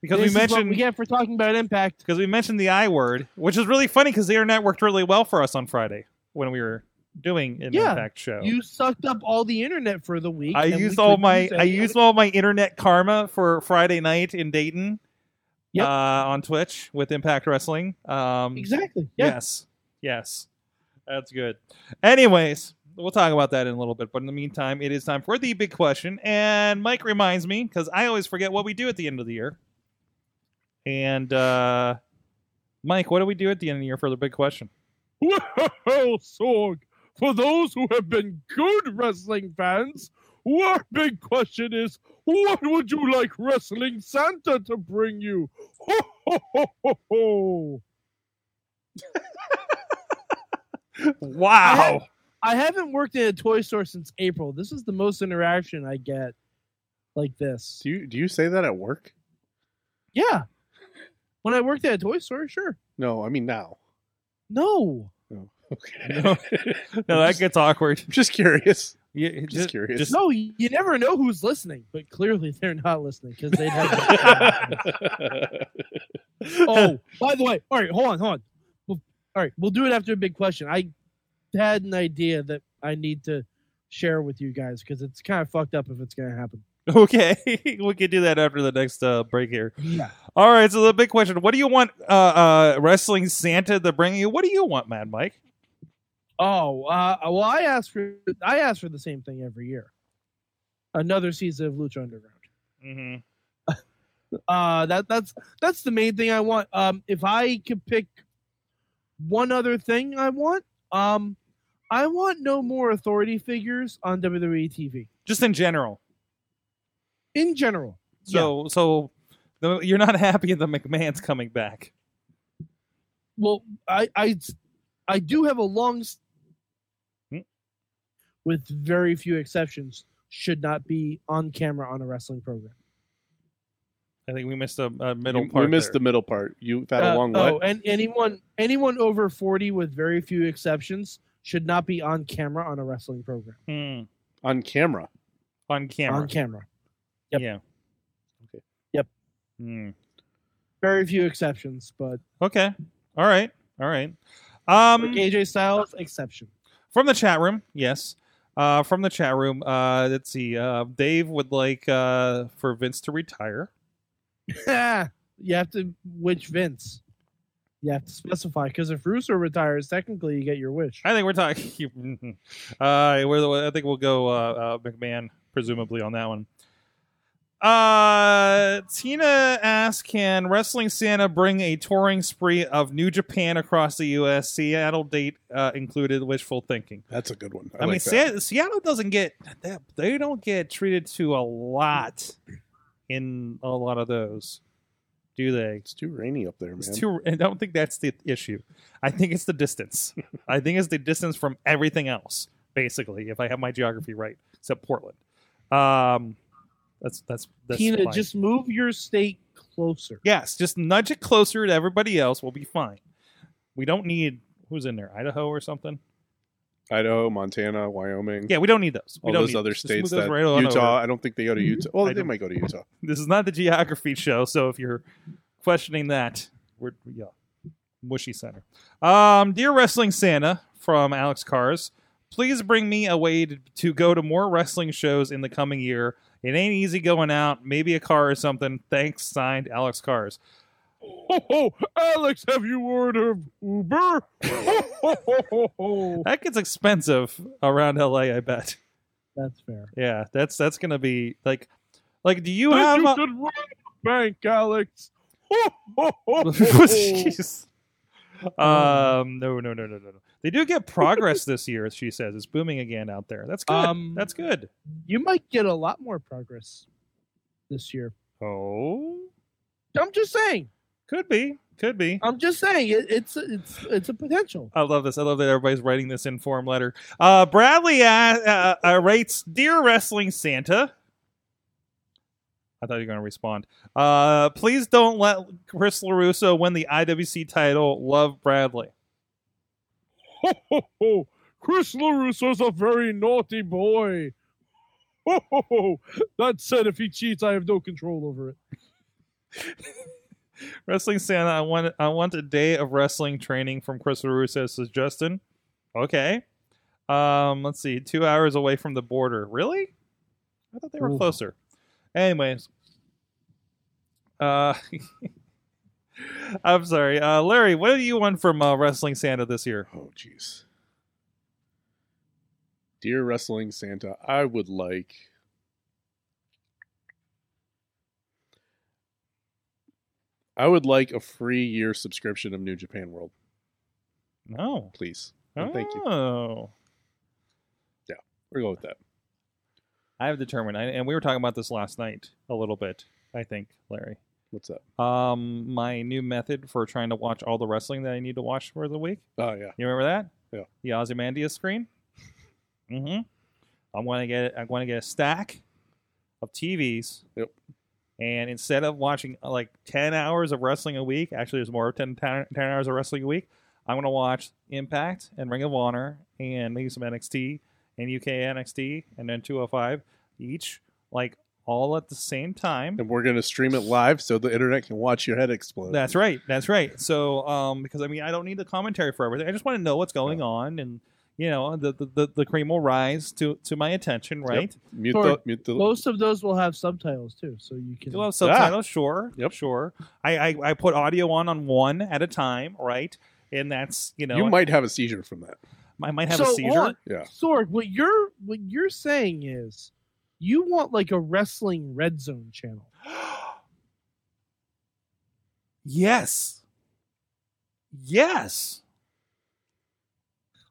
because
This
we
is what
mentioned
we get for talking about impact.
because we mentioned the I word, which is really funny because the internet worked really well for us on Friday when we were doing an
Yeah.
impact show.
You sucked up all the internet for the week.
I
and we
used all
couldn't
my
use
I
any of
used
it.
all my internet karma for Friday night in Dayton.
Yep.
Uh, on Twitch with Impact Wrestling. Um,
exactly. Yeah.
Yes. Yes. That's good. Anyways, we'll talk about that in a little bit. But in the meantime, it is time for the big question. And Mike reminds me, because I always forget what we do at the end of the year. And uh, Mike, what do we do at the end of the year for the big question?
Well, Sorg, for those who have been good wrestling fans, our big question is what would you like Wrestling Santa to bring you? Ho, ho, ho, ho, ho.
Wow.
I haven't worked in a toy store since April. This is the most interaction I get like this.
Do you do you say that at work?
Yeah. When I worked at a toy store, sure.
No, I mean now.
No.
No.
No.
Okay.
No, that gets awkward.
I'm just curious.
You- you
Just curious.
just-
No, you you never know who's listening, but clearly they're not listening because they'd have.
okay.
oh, by the way, all right, hold on, hold on. We'll, all right, we'll do it after a big question. I had an idea that I need to share with you guys because it's kind of fucked up if it's going to happen.
Okay, we could do that after the next uh, break here.
Yeah.
All right, so the big question: What do you want uh, uh, wrestling Santa to bring you? What do you want, Mad Mike?
Oh, uh, well, I asked for I ask for the same thing every year. Another season of Lucha Underground.
Mm-hmm.
Uh, that that's that's the main thing I want. Um, if I could pick one other thing I want, um, I want no more authority figures on WWE TV
Just in general.
in general.
So, so the, you're not happy the McMahon's coming back.
well i i i do have a long s-
Hmm.
with very few exceptions should not be on camera on a wrestling program
I think we missed a, a middle
You,
part.
we missed the
there.
middle part. You that
Uh,
along
oh
what?
and anyone anyone over 40 with very few exceptions should not be on camera on a wrestling program
Hmm.
On camera.
on camera.
on camera yep.
Yeah.
Okay.
Yep.
Hmm.
Very few exceptions, but
Okay. All right. All right. Um,
like AJ Styles exception.
from the chat room yes uh from the chat room uh let's see uh dave would like uh for vince to retire
you have to which Vince. You have to specify because if Russo retires, technically you get your wish.
i think we're talking uh we're the, i think we'll go uh, uh mcmahon presumably on that one uh tina asks can wrestling santa bring a touring spree of new japan across the us seattle date uh included wishful thinking
That's a good one. I,
I, mean,
like that.
Se- Seattle doesn't get that. They don't get treated to a lot in a lot of those, do they?
it's too rainy up there, man.
It's too. I don't think that's the issue. I think it's the distance. I think it's the distance from everything else, basically. If I have my geography right, except Portland. Um, that's that's, that's
Tina,
fine.
just move your state closer.
yes, just nudge it closer to everybody else. We'll be fine. We don't need who's in there, Idaho or something.
Idaho, Montana, Wyoming.
Yeah, we don't need those. We
All
don't
those
need
other
those. Just move
states
those
that
right on over.
Utah. I don't think they go to Utah. Well,
Mm-hmm. I
they
don't-
might go to Utah.
this is not the geography show so if you're questioning that we're yeah mushy center um dear wrestling santa from alex cars please bring me a way to, to go to more wrestling shows in the coming year it ain't easy going out maybe a car or something thanks signed alex cars
Ho, ho, Alex, have you heard of Uber? Ho, ho, ho, ho, ho.
that gets expensive around la i bet
That's fair.
yeah that's that's gonna be like like do you
But
have
you
a-
could rob a bank, Alex. Ho, ho, ho, ho, ho.
Jeez. um, no, no, no, no, no, no. They do get progress this year. She says it's booming again out there. That's good.
Um,
That's good.
you might get a lot more progress this year.
Oh,
I'm just saying.
could be, could be.
I'm just saying. It, it's it's it's a potential.
I love this. I love that everybody's writing this in form letter. Uh, Bradley uh, uh, uh, writes, "Dear Wrestling Santa." I thought you were going to respond. Uh, please don't let Chris LaRusso win the IWC title. Love Bradley.
Ho, ho, ho. Chris LaRusso's a very naughty boy. Ho, ho, ho. That said, if he cheats, I have no control over it.
Wrestling Santa, I want I want a day of wrestling training from Chris LaRusso, says Justin. Okay. Um, let's see, two hours away from the border. Really? I thought they were
Ooh.
closer. Anyways. Uh I'm sorry. Uh Larry, what do you want from uh, Wrestling Santa this year?
Oh, jeez. Dear Wrestling Santa, I would like. I would like a free year subscription of New Japan World,
No.
please. No, Thank you.
Oh.
We're going with that.
I have determined I, and we were talking about this last night a little bit, I think, Larry.
What's that?
Um my new method for trying to watch all the wrestling that I need to watch for the week.
Oh yeah.
You remember that?
Yeah.
The Ozymandias screen. Mm-hmm. I'm gonna get I'm gonna get a stack of TVs.
Yep.
And instead of watching uh, like ten hours of wrestling a week, actually there's more of 10, 10 10 hours of wrestling a week. I'm gonna watch Impact and Ring of Honor and maybe some NXT and UK NXT and then 205 each, like all at the same time.
And we're gonna stream it live so the internet can watch your head explode.
That's right. That's right. So, um, because I mean, I don't need the commentary for everything. I just want to know what's going on, and you know, the the, the, the cream will rise to to my attention,
Yep.
right?
Mute
Sorry.
the mute the
Most of those will have subtitles too, so you can.
Do I have subtitles? Sure.
Yep.
Sure. I, I I put audio on on one at a time, right? And that's you know,
You might have a seizure from that.
I might have
So,
a seizure.
hold on.
Yeah.
Sorg, what you're what you're saying is, you want like a wrestling red zone channel.
Yes. Yes.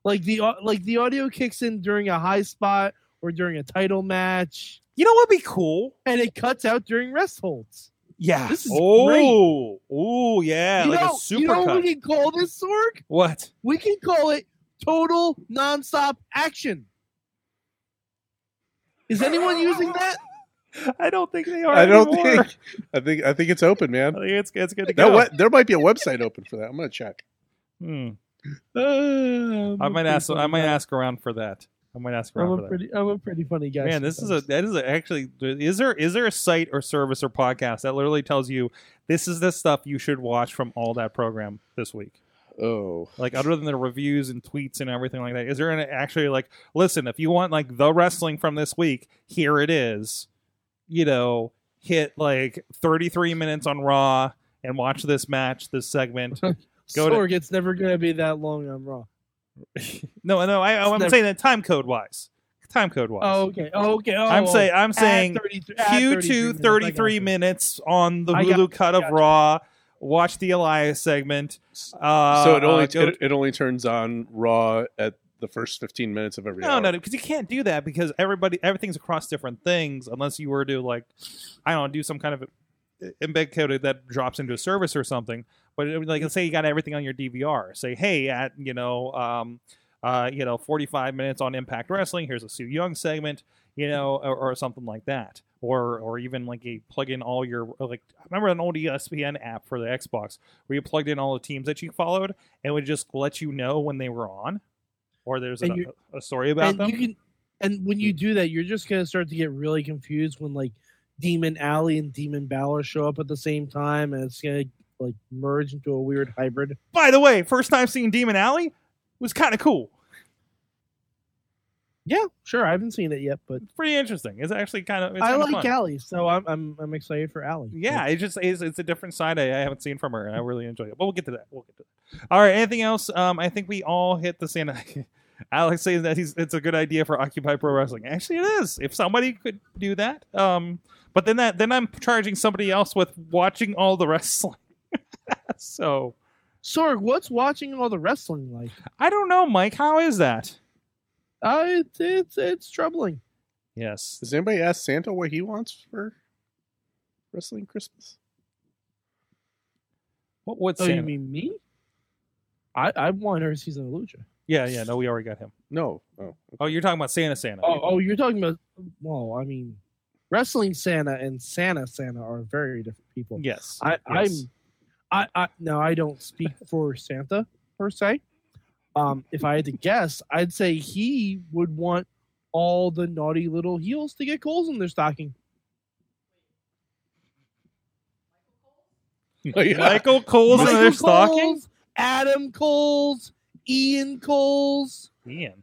like the au- like the audio kicks in during a high spot or during a title match
You know what'd be cool?
and it cuts out during rest holds
Yeah.
This is
oh. Oh yeah.
you
like
know,
a super
you know what we can call this sorg
What?
we can call it total nonstop action is anyone using that
I don't think they are.
I don't
anymore.
think I think I think it's open,
I
man.
think it's it's good to
That
go.
what there might be a website open for that. I'm gonna check.
Hmm.
Uh, Oh,
I might ask. I might ask around for that. I might ask
I'm
around
a
for that.
pretty I'm a pretty funny guy.
Man, this is a
sometimes.
that is a, actually is there is there a site or service or podcast that literally tells you this is the stuff you should watch from all that program this week?
Oh,
Like other than the reviews and tweets and everything like that, is there an actually like listen if you want like the wrestling from this week, here it is. You know, hit like thirty three minutes on Raw and watch this match, this segment. go to-
Sorg, it's never gonna be that long on Raw.
No, no, I, oh, I'm
never-
saying that time code wise, time code wise.
Oh, okay. Oh, okay. Oh,
I'm
oh.
saying I'm
Add
saying
33 add
Q2 33
minutes.
minutes on the
I got-
Hulu cut of
gotcha.
Raw. Watch the Elias segment. Uh,
so it only
uh, go-
it, it only turns on Raw at the first fifteen minutes of every.
no, e-
hour.
no, because you can't do that because everybody everything's across different things unless you were to like I don't know, do some kind of embed code that drops into a service or something. But it would,
Mm.
like, let's say you got everything on your DVR. Say, hey, at you know, um, uh, you know, 45 minutes on Impact Wrestling. Here's a Sue Young segment, you know, or, or something like that, or or even like you plug in all your like. I remember an old E ESPN app for the Xbox where you plugged in all the teams that you followed and it would just let you know when they were on, or there's
And
a,
you-
a story about
and
them.
You can, and when you do that, you're just gonna start to get really confused when like Demon Alley and Demon Balor show up at the same time, and it's gonna like merge into a weird hybrid.
By the way, first time seeing Demon Alley was kind of cool.
Yeah, sure. I haven't seen it yet, but
It's pretty interesting. It's actually kind of. It's
I
kinda
like
fun.
Alley, so I'm I'm I'm excited for Alley.
Yeah, it just is. It's a different side I, I haven't seen from her, and I really enjoy it. But we'll get to that. We'll get to that. All right. Anything else? Um, I think we all hit the same. Alex says that he's it's a good idea for Occupy Pro Wrestling. Actually, it is. If somebody could do that, um, but then that then I'm charging somebody else with watching all the wrestling. so
Sorg, what's watching all the wrestling like?
I don't know, Mike. How is that?
Uh, it's it's it's troubling.
Yes.
Does anybody ask Santa what he wants for wrestling Christmas?
What? What's?
Oh,
Santa?
you mean me? I I want her season of Lucha.
Yeah, yeah. No, we already got him.
No. Oh.
Oh, you're talking about Santa, Santa.
Oh, oh, you're talking about. Well, I mean, wrestling Santa and Santa Santa are very different people.
yes.
I,
Yes.
I'm, I, I no, I don't speak for Santa per se. Um, if I had to guess, I'd say he would want all the naughty little heels to get coals in their stocking.
yeah.
Michael Cole's in
Michael
their stocking.
Coles, Adam Coles, Ian Coles.
Ian.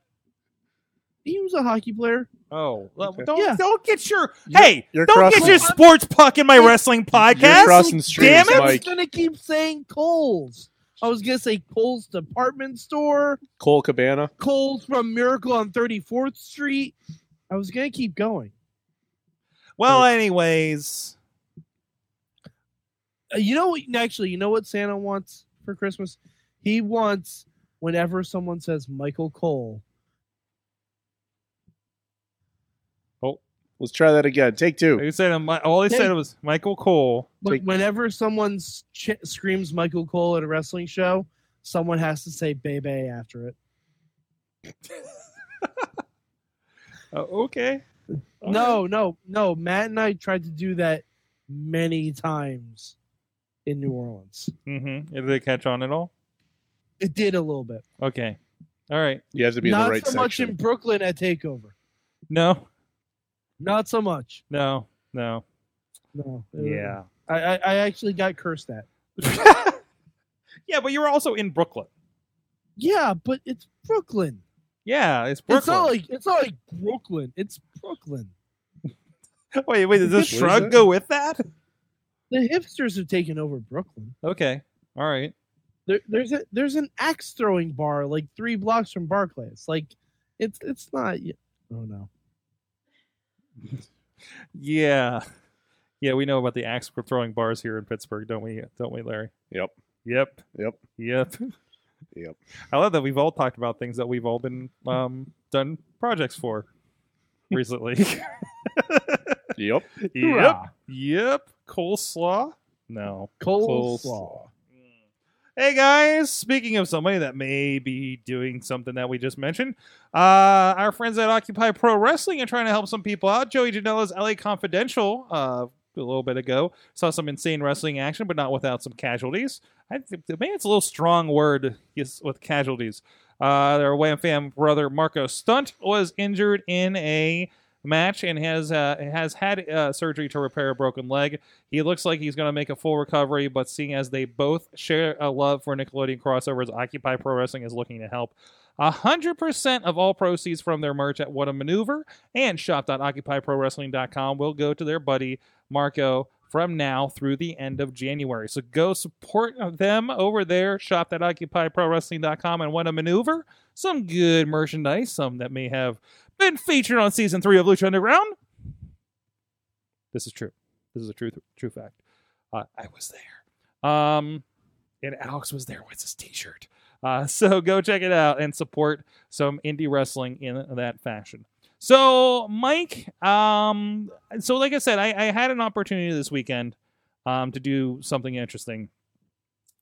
He was a hockey player.
Oh, well,
Okay.
don't
Yeah.
don't get your
You're-
hey,
you're
don't get
crossing-
your sports puck in my
You're-
wrestling
You're
podcast.
crossing
Damn
streams,
it!
I was
Mike.
gonna keep saying Coles. I was gonna say Coles Department Store.
Cole Cabana.
Coles from Miracle on 34th Street. I was gonna keep going.
well, anyways,
Uh, You know what? Actually, you know what Santa wants for Christmas? He wants whenever someone says Michael Cole.
Let's try that again. Take two.
they said um, Mi- all they said was Michael Cole.
Wh-
Take-
Whenever someone s- ch- screams Michael Cole at a wrestling show, someone has to say "Bebe" after it.
Oh, okay, All
no, no, no. Matt and I tried to do that many times in New Orleans.
mm-hmm. did they catch on at all?
It did a little bit.
Okay, all right.
You have to be in
Not
the right
so much in
section.
Brooklyn at Takeover.
No,
Not so much.
no, no.
No. It-
Yeah,
I, I, I actually got cursed at.
yeah, but you were also in Brooklyn.
Yeah, but it's Brooklyn.
Yeah, it's Brooklyn.
It's not like it's not like Brooklyn. It's Brooklyn.
wait, wait, does this
What is
shrug
it?
go with that?
The hipsters have taken over Brooklyn.
Okay, all right.
There, there's a there's an axe throwing bar like three blocks from Barclays. Like, it's it's not. Oh no.
Yeah. Yeah, we know about the axe throwing bars here in Pittsburgh, don't we? Don't we, Larry?
Yep.
Yep.
Yep.
Yep.
Yep.
I love that we've all talked about things that we've all been um, done projects for recently.
Yep.
yep. Yep. Coleslaw? No.
Coleslaw.
Hey guys, speaking of somebody that may be doing something that we just mentioned, uh, our friends at Occupy Pro Wrestling are trying to help some people out. Joey Janela's LA Confidential uh, a little bit ago saw some insane wrestling action, but not without some casualties. I think maybe it's a little strong word yes, with casualties. Uh, their Wham Fam brother Marco Stunt was injured in a match and has uh, has had uh, surgery to repair a broken leg. He looks like he's going to make a full recovery, but seeing as they both share a love for Nickelodeon crossovers, Occupy Pro Wrestling is looking to help. 100% of all proceeds from their merch at What a Maneuver and shop.occupyprowrestling.com will go to their buddy Marco from now through the end of January. So go support them over there, shop.occupyprowrestling.com and What a Maneuver. Some good merchandise, some that may have been featured on season three of Lucha Underground. This is true. This is a true true fact. Uh, I was there, um, and Alex was there with his T-shirt. Uh, so go check it out and support some indie wrestling in that fashion. So Mike, um, so like I said, I, I had an opportunity this weekend um, to do something interesting.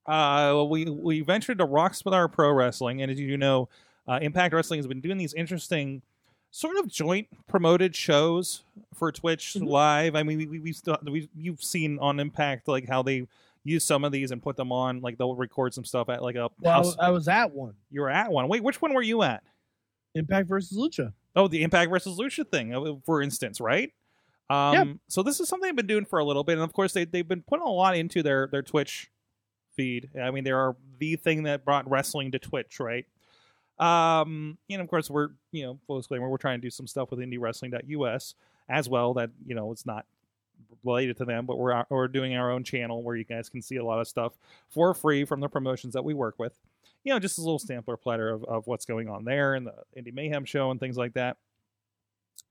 Uh, we we ventured to Rockstar Pro Wrestling, and as you know, uh, Impact Wrestling has been doing these interesting sort of joint promoted shows for Twitch live. I mean, we, we, we've, st- we you've seen on Impact like how they use some of these and put them on. Like they'll record some stuff at like a
Well,
house.
I was at one.
you were at one. Wait, which one were you at?
Impact versus Lucha.
Oh, the Impact versus Lucha thing, uh, for instance, right? Um,
Yep.
So this is something they've been doing for a little bit, and of course they they've been putting a lot into their their Twitch feed. I mean, they are the thing that brought wrestling to Twitch, right? Um, and of course we're you know full disclaimer, we're trying to do some stuff with IndieWrestling.us as well that you know it's not related to them, but we're we're doing our own channel where you guys can see a lot of stuff for free from the promotions that we work with. You know, just a little sampler platter of, of what's going on there and the Indie Mayhem show and things like that.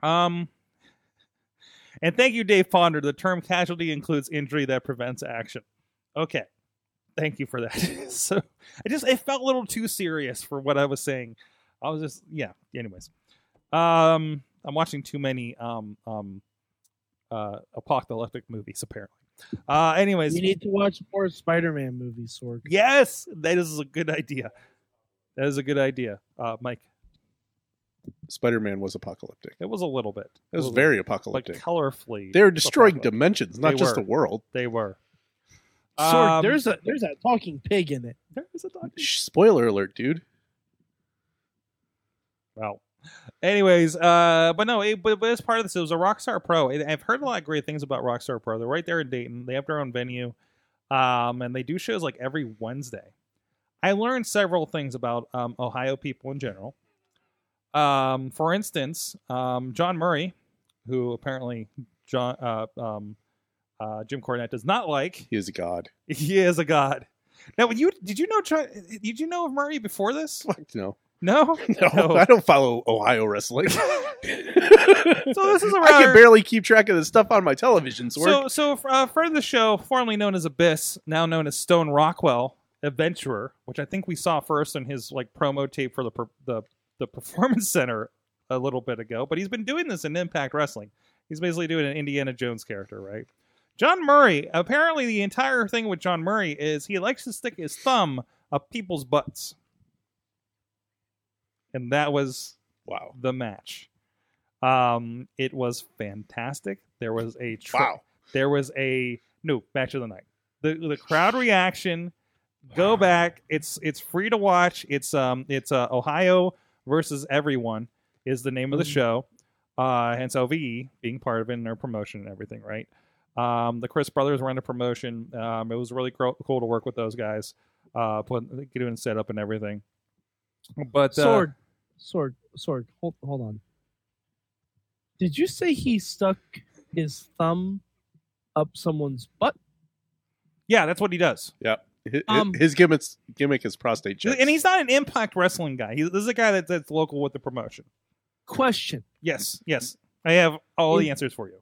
Um, and thank you, Dave Ponder. The term casualty includes injury that prevents action. Okay, thank you for that. so I just it felt a little too serious for what I was saying. I was just yeah. Anyways, um, I'm watching too many um um uh apocalyptic movies apparently. Uh, anyways,
You need to watch more Spider-Man movies, Sorg.
Yes, that is a good idea. That is a good idea, uh, Mike.
Spider Man was apocalyptic.
It was a little bit.
It was
A little bit,
very
like
apocalyptic.
colorfully.
they were destroying
apocalyptic.
dimensions, not
They
just
were.
the world.
They were.
Sorg,
Um,
there's a there's that talking pig in it.
there is a dog.
Shh, Spoiler alert, dude.
Well, anyways, uh, but no, it, but, but as part of this, it was a Rockstar Pro. And I've heard a lot of great things about Rockstar Pro. They're right there in Dayton. They have their own venue, um, and they do shows like every Wednesday. I learned several things about um, Ohio people in general. Um, for instance, um, John Murray, who apparently John uh, um, uh, Jim Cornette does not like,
He is a god.
he is a god. Now, when you did you know John, did you know of Murray before this?
Fuck no.
No,
No, I don't follow Ohio wrestling. so this
is a
I
rather-
can barely keep track of the stuff on my television. So,
So, so uh, friend of the show, formerly known as Abyss, now known as Stone Rockwell, adventurer, which I think we saw first in his like promo tape for the per- the the Performance Center a little bit ago. But he's been doing this in Impact Wrestling. He's basically doing an Indiana Jones character, right? John Murray. Apparently, the entire thing with John Murray is he likes to stick his thumb up people's butts, and that was
wow,
the match. Um, it was fantastic. There was a tra-
wow.
there was a no match of the night. The the crowd reaction. Go back. It's it's free to watch. It's um it's uh, Ohio versus everyone is the name of the show. Uh, hence OVE being part of it and their promotion and everything, right? Um, the Chris brothers run a promotion. Um, it was really cro- cool to work with those guys. Uh, put doing setup and everything. But uh,
Sword, sword, sword. Hold, hold on. Did you say he stuck his thumb up someone's butt?
yeah, that's what he does.
His,
Um,
his gimmick's, gimmick is prostate checks.
And he's not an Impact Wrestling guy. He, this is a guy that, that's local with the promotion.
Question:
Yes, yes. I have all the
Yeah.
answers for you.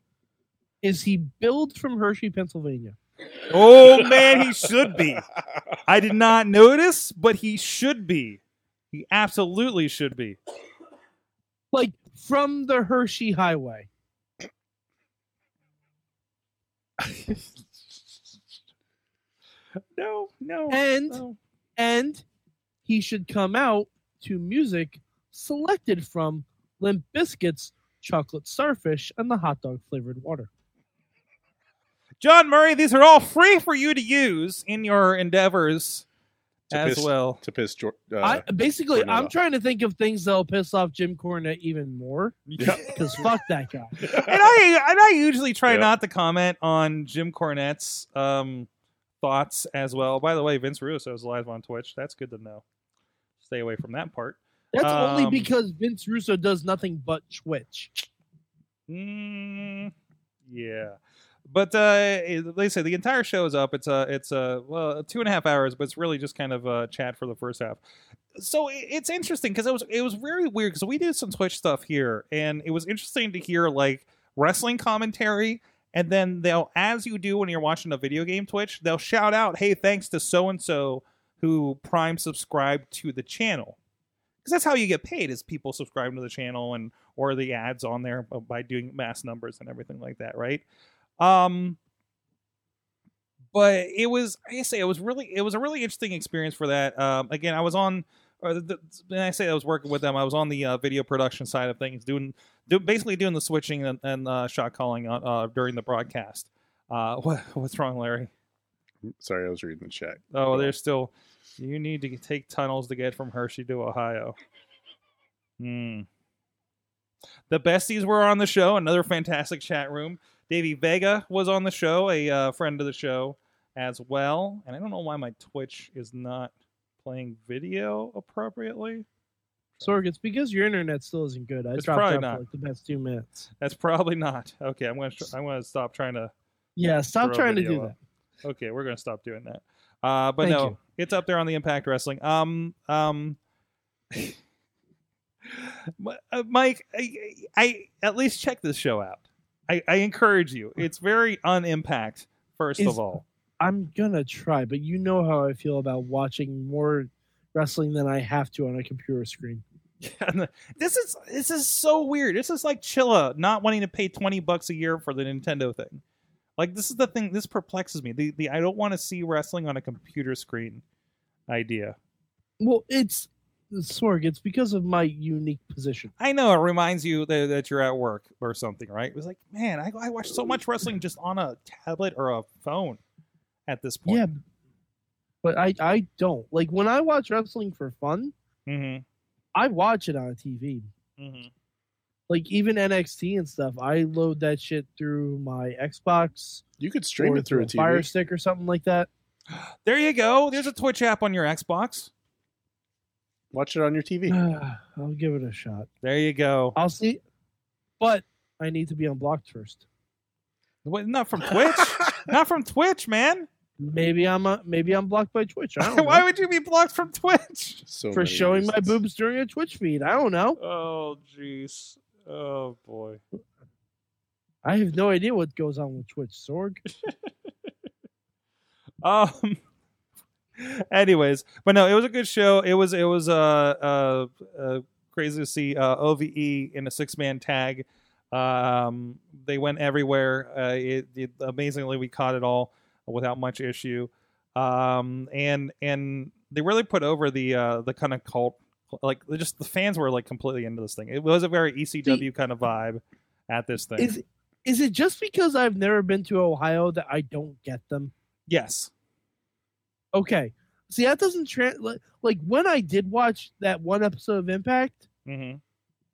Is he billed from Hershey, Pennsylvania?
Oh man, he should be. I did not notice, but he should be. He absolutely should be.
Like from the Hershey Highway?
No, no.
And
no.
and he should come out to music selected from Limp Biscuits, Chocolate Starfish, and the hot dog flavored water.
John Murray, these are all free for you to use in your endeavors
To
as
piss-
well.
to piss George. Uh,
I basically
Cornetto.
I'm trying to think of things that'll piss off Jim Cornette even more because fuck that guy.
and I and I usually try
Yeah.
not to comment on Jim Cornette's um, thoughts as well. By the way, Vince Russo is live on Twitch. That's good to know. Stay away from that part.
That's
Um,
only because Vince Russo does nothing but twitch.
Mm, yeah. But uh, like I say, the entire show is up. It's uh, it's uh, well, two and a half hours, but it's really just kind of uh, chat for the first half. So i- it's interesting because it was it was very weird because we did some Twitch stuff here, and it was interesting to hear like wrestling commentary, and then they'll as you do when you're watching a video game Twitch, they'll shout out, "Hey, thanks to so and so who Prime subscribed to the channel," because that's how you get paid is people subscribing to the channel and or the ads on there b- by doing mass numbers and everything like that, right? Um but it was I say it was really it was a really interesting experience for that. Um again, I was on or the, when I say I was working with them, I was on the uh, video production side of things, doing do, basically doing the switching and, and uh, shot calling on, uh, during the broadcast. Uh, what, what's wrong, Larry?
Sorry, I was reading the chat.
Oh,
Yeah.
there's still. You need to take tunnels to get from Hershey to Ohio. Hmm. The besties were on the show. Another fantastic chat room. Davey Vega was on the show, a uh, friend of the show as well. And I don't know why my Twitch is not playing video appropriately.
Sorg, it's because your internet still isn't good. I
It's
dropped
probably
out
not.
for like the best two minutes.
That's probably not okay. I'm gonna I'm gonna stop trying to
Yeah, stop
Throw
trying to
video
do
up.
that.
okay, we're gonna stop doing that. Uh, but
Thank
no,
you.
it's up there on the Impact Wrestling. Um, um, Mi- uh, Mike, I, I at least check this show out. I, I encourage you. It's very un-impact. First
Is-
of all,
I'm gonna try, but you know how I feel about watching more wrestling than I have to on a computer screen.
this is this is so weird. This is like Chilla not wanting to pay twenty bucks a year for the Nintendo thing. Like this is the thing. This perplexes me. The the I don't want to see wrestling on a computer screen idea.
Well, it's Sorg, it's because of my unique position.
I know it reminds you that, that you're at work or something, right? It was like, man, I, I watch so much wrestling just on a tablet or a phone at this point.
Yeah. But I, I don't. Like when I watch wrestling for fun,
Mm-hmm.
I watch it on TV.
Mm-hmm.
Like even NXT and stuff, I load that shit through my Xbox
You could stream
or
it through a
a
TV.
Fire Stick or something like that.
There you go. There's a Twitch app on your Xbox.
Watch it on your
Uh,
TV.
I'll give it a shot.
There you go.
I'll see. But I need to be unblocked first.
What, not from Twitch. not from Twitch, man.
Maybe I'm uh, maybe I'm blocked by Twitch. I don't know.
Why would you be blocked from Twitch?
So
for
many
showing my
reasons.
boobs during a Twitch feed. I don't know.
Oh, jeez. Oh boy.
I have no idea what goes on with Twitch, Sorg.
Um. Anyways, but no, it was a good show. It was it was uh uh, uh crazy to see uh, OVE in a six man tag. Um, they went everywhere. Uh, it, it amazingly we caught it all without much issue. Um, and and they really put over the uh the kind of cult like they just the fans were like completely into this thing. It was a very ECW kind of vibe at this thing.
Is is it just because I've never been to Ohio that I don't get them?
yes.
Okay. See, that doesn't translate. Like when I did watch that one episode of Impact,
Mm-hmm.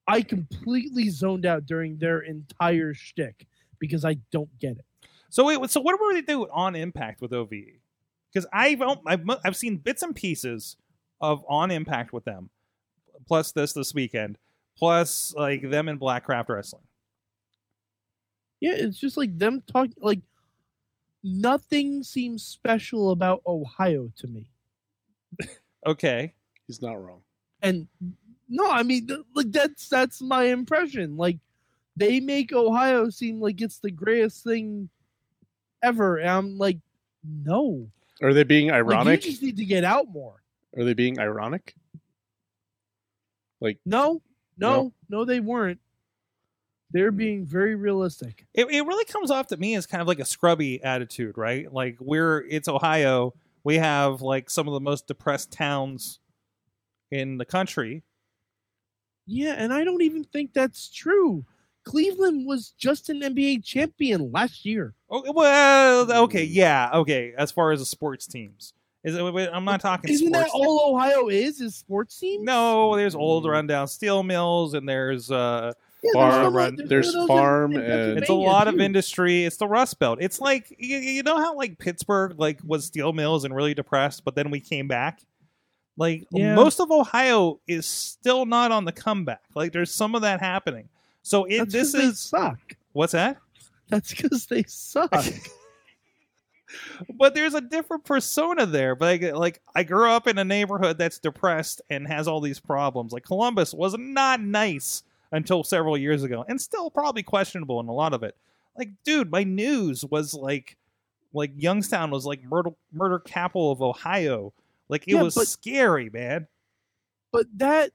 I completely zoned out during their entire shtick because I don't get it.
So wait, so what were they doing on Impact with E? OVE? Because I've, on- I've mo- I've seen bits and pieces of on Impact with them, plus this this weekend, plus like them in Blackcraft Wrestling.
Yeah, it's just like them talking like nothing seems special about Ohio to me.
Okay,
He's not wrong.
And no, I mean th- like that's that's my impression. Like they make Ohio seem like it's the greatest thing ever. And I'm like, no.
Are they being
Like,
ironic?
you just need to get out more.
Are they being ironic?
No, no, no, they weren't. They're being very realistic.
it it really comes off to me as kind of like a scrubby attitude, right? Like we're it's Ohio, we have like some of the most depressed towns in the country.
Yeah, and I don't even think that's true. Cleveland was just an NBA champion last year. Hmm.
Oh, well, okay, yeah, okay. As far as the sports teams, Is it, wait, wait, I'm not talking.
Isn't that
sports.
all Ohio is? Is sports teams?
No, there's old rundown steel mills, and there's uh,
Yeah,
Farm
some of-
run-
some
there's
of those in-
farm
in
and-
Pennsylvania,
it's a lot of
too.
industry. It's the Rust Belt. It's like you, you know how like Pittsburgh like was steel mills and really depressed, but then we came back. Like
Yeah.
most of Ohio is still not on the comeback. Like there's some of that happening. So it,
That's
this
'cause they
is
suck.
what's that?
That's because they suck.
But there's a different persona there. But like, like I grew up in a neighborhood that's depressed and has all these problems. Like Columbus was not nice until several years ago, and still probably questionable in a lot of it. Like, dude, my news was like, like Youngstown was like murder murder capital of Ohio. Like it
Yeah,
was
but-
scary, man.
but that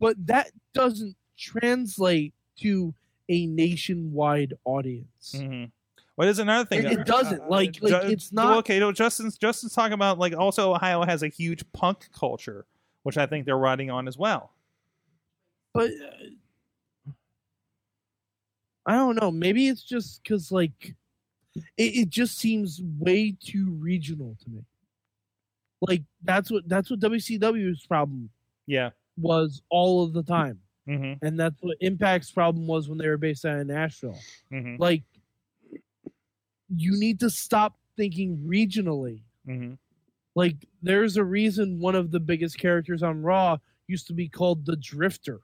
but that doesn't translate to a nationwide audience.
Mm-hmm. What is another thing? Uh,
It, it doesn't. Like, like
Ju-
it's
well,
not
okay. No, Justin's Justin's talking about like also Ohio has a huge punk culture, which I think they're riding on as well.
but uh, I don't know. Maybe it's just cuz like it, it just seems way too regional to me. Like that's what that's what WCW's problem
Yeah.
was all of the time.
Mm-hmm.
And that's what Impact's problem was when they were based out of Nashville.
Mm-hmm.
Like, you need to stop thinking regionally.
Mm-hmm.
Like, there's a reason one of the biggest characters on Raw used to be called the Drifter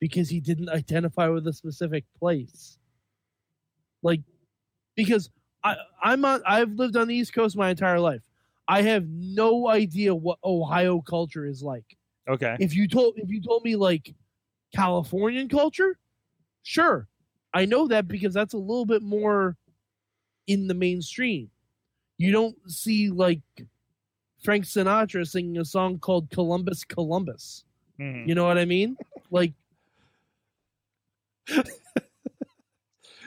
because he didn't identify with a specific place. Like, because I, I'm on, I've lived on the East Coast my entire life. I have no idea what Ohio culture is like
Okay.
if you told if you told me like Californian culture, sure, I know that because that's a little bit more in the mainstream. You don't see like Frank Sinatra singing a song called Columbus Columbus.
Mhm.
You know what I mean? Like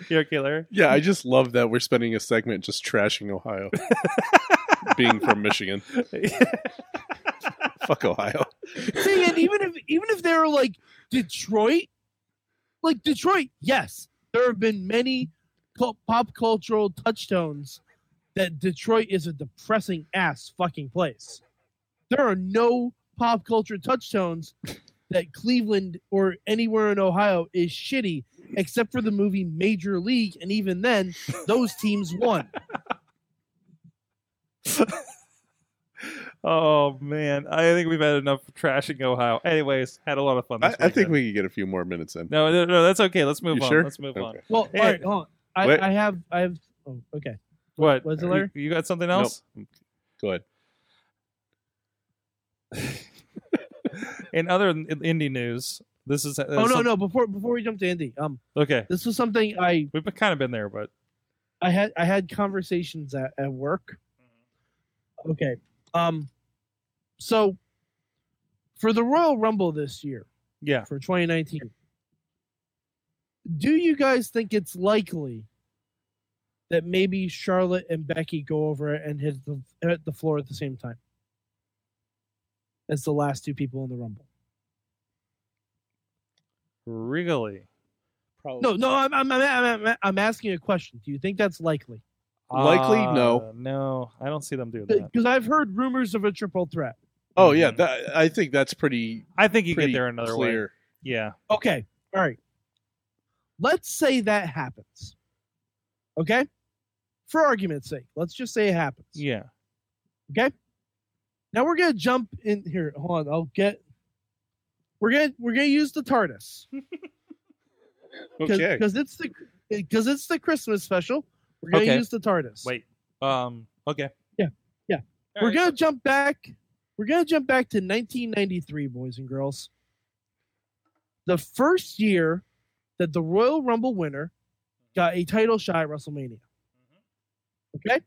You're a killer.
Yeah, I just love that we're spending a segment just trashing Ohio, being from Michigan. Fuck Ohio.
see, and even if even if they're like Detroit, like Detroit, yes, there have been many cul- pop cultural touchstones that Detroit is a depressing ass fucking place. There are no pop culture touchstones that Cleveland or anywhere in Ohio is shitty, except for the movie Major League, and even then, those teams won.
oh man, I think we've had enough trashing Ohio. Anyways, had a lot of fun. This
I, I think
weekend.
we could get a few more minutes in.
No, no, no, that's okay. Let's move
You
on.
sure?
Let's move on.
Okay.
Well,
Hey.
all right, hold on. I,
Wait.
I have, I have. Oh, okay.
What?
Was it
You-
Larry?
You, got something else?
Go ahead.
In other in- indie news, this is. uh,
oh no, no. Before before we jump to Indy, um,
Okay,
this was something I
we've been, kind of been there, but
I had I had conversations at, at work. Okay. Um so for the Royal Rumble this year,
yeah.
for 2019. Do you guys think it's likely that maybe Charlotte and Becky go over and hit the hit the floor at the same time as the last two people in the Rumble?
Really?
Probably.
No, no, I'm I'm, I'm, I'm, I'm asking a question. Do you think that's likely?
Likely,
Uh,
no.
No, I don't see them doing that.
Because I've heard rumors of a triple threat.
Oh yeah, that, I think that's pretty.
I think Mm-hmm. you
pretty
get there another way.
clear.
Yeah.
Okay. All right. Let's say that happens. Okay? For argument's sake, let's just say it happens.
Yeah.
Okay? Now we're going to jump in here. Hold on. I'll get We're going to we're going to use the TARDIS
Okay.
cuz it's the cuz it's the Christmas special. We're going to
Okay.
use the TARDIS.
Wait. Um. Okay.
Yeah, yeah.
All
we're
right.
going to jump back. We're going to jump back to 1993, boys and girls. The first year that the Royal Rumble winner got a title shot at WrestleMania.
Mm-hmm.
Okay?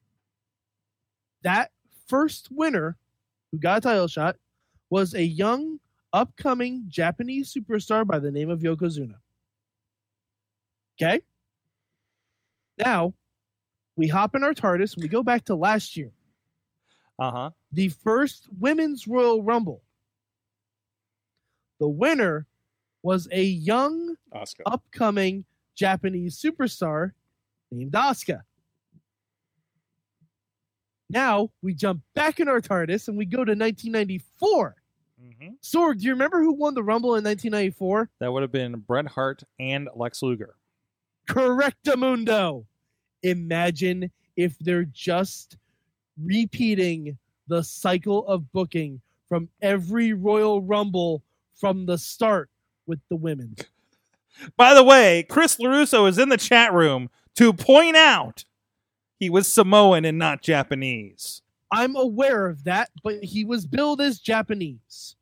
That first winner who got a title shot was a young, upcoming Japanese superstar by the name of Yokozuna. Okay? Now, we hop in our TARDIS and we go back to last year
Uh huh.
the first women's Royal Rumble. The winner was a young,
Oscar.
upcoming Japanese superstar named Asuka. Now we jump back in our TARDIS and we go to 1994.
Mm-hmm.
Sorg, do you remember who won the Rumble in 1994?
That would have been Bret Hart and Lex Luger.
Correctamundo. Imagine if they're just repeating the cycle of booking from every Royal Rumble from the start with the women.
By the way, Chris LaRusso is in the chat room to point out he was Samoan and not Japanese.
I'm aware of that, but he was billed as Japanese.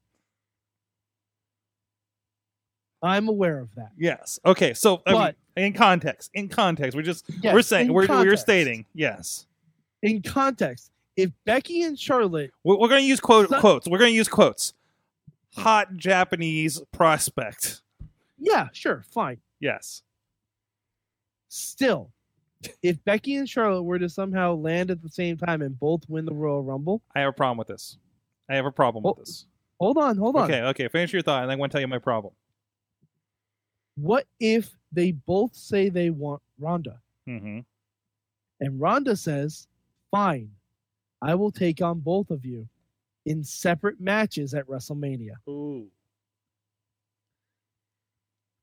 I'm aware of that.
Yes. Okay. So, I mean,
But-
in context, in context, we're just
Yes,
we're saying
in
we're we're
context.
stating yes.
in context. If Becky and Charlotte,
We're, we're going to use quote
So-
quotes. We're going to use quotes. Hot Japanese prospect.
yeah, sure, fine.
Yes.
Still, if Becky and Charlotte were to somehow land at the same time and both win the Royal Rumble,
I have a problem with this. I have a problem
Oh,
with this.
hold on, hold on.
Okay. Okay. Finish your thought, and I'm going to tell you my problem.
What if they both say they want Ronda
Mm-hmm.
and Ronda says, "Fine, I will take on both of you in separate matches at WrestleMania."
Ooh.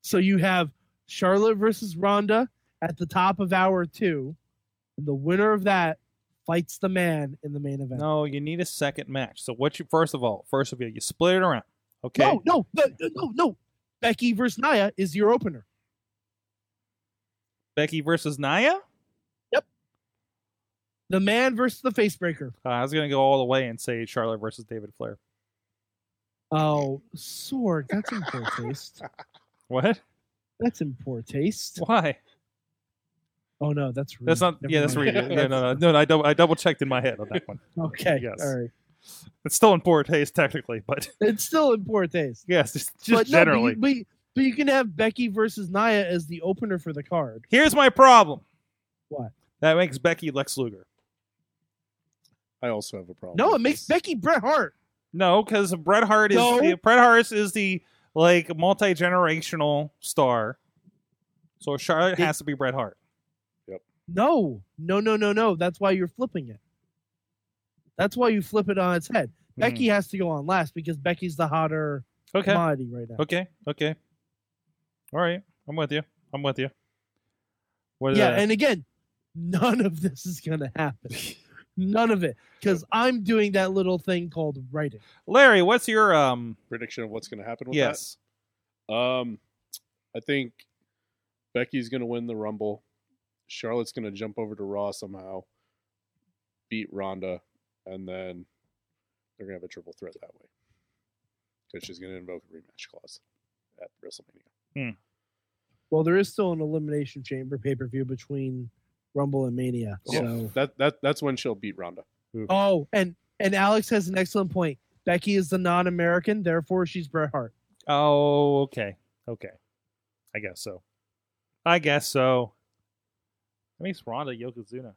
So you have Charlotte versus Ronda at the top of hour two, and the winner of that fights the man in the main event.
No, you need a second match. So what you first of all, first of all, you split it around. Okay.
No, no, no, no, no. Becky versus Naya is your opener.
Becky versus Naya.
The man versus the facebreaker.
Uh, I was going to go all the way and say Charlotte versus David Flair.
Oh, sword. That's in poor taste.
What?
That's in poor taste.
Why?
Oh no, that's rude.
That's not.
Never
Yeah, that's
mind.
real. Yeah, no, no, no, no. I double, I double checked in my head on that one.
Okay,
Yes.
all right.
It's still in poor taste technically, but
It's still in poor taste.
yes, just,
but
just generally.
No, but, you, but, but you can have Becky versus Naya as the opener for the card.
Here's my problem.
What?
That makes Becky Lex Luger.
I also have a problem.
No,
with
it makes
this.
Becky Bret Hart.
No, because Bret Hart is
No.
the, Bret Hart is the like multi generational star. So Charlotte
It-
has to be Bret Hart.
No, no, no, no, no. That's why you're flipping it. That's why you flip it on its head.
Hmm.
Becky has to go on last because Becky's the hotter
Mm. Okay.
commodity right now.
Okay. Okay. All right. I'm with you. I'm with you. What uh, is
Yeah,
that?
and again, none of this is gonna happen. none of it, because I'm doing that little thing called writing.
Larry, what's your um?
prediction of what's going to happen with that.
Yes.
Um, I think Becky's going to win the Rumble. Charlotte's going to jump over to Raw somehow, beat Ronda, and then they're going to have a triple threat that way. Because she's going to invoke a rematch clause at WrestleMania.
Well, there is still an elimination chamber pay per view between Rumble and Mania.
Oh.
Yeah.
So,
That that that's when she'll beat Ronda.
oh, and and Alex has an excellent point. Becky is the non-American, therefore she's Bret Hart.
Oh, okay. Okay. I guess so. I guess so. That makes Ronda Yokozuna.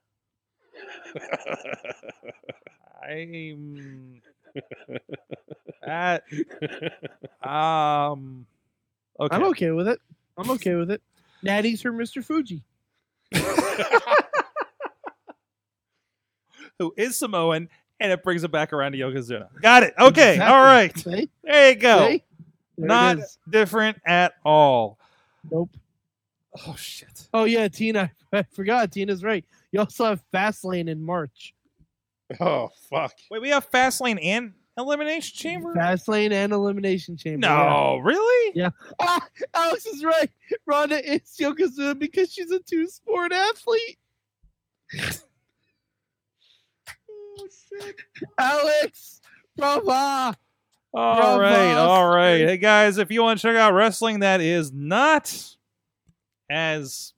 I'm at um okay.
I'm okay with it. I'm okay with it. Natty's her Mr. Fuji.
Who is Samoan and it brings it back around to Yokozuna. Got it. Okay. All right.
See?
There you go.
See? There it
Not
is.
different at all.
Nope.
Oh shit.
Oh yeah, Tina. I forgot. Tina's right. You also have Fastlane in March.
oh fuck.
Wait, we have Fastlane and Elimination Chamber?
Fastlane and Elimination Chamber. yeah.
no, really?
Ah, Alex is right. Ronda is Yokozuna because she's a two sport athlete. oh, shit. Alex, brava.
All
Bro,
right,
boss.
all right. Hey guys, if you want to check out wrestling that is not as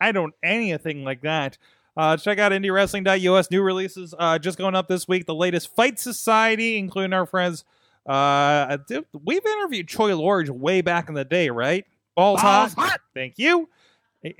I don't anything like that. Uh, check out indiewrestling.us. New releases uh, just going up this week. The latest Fight Society, including our friends. Uh, I did- we've interviewed Troy Lorge way back in the day, right? Balls, hot.
Balls hot.
Thank you.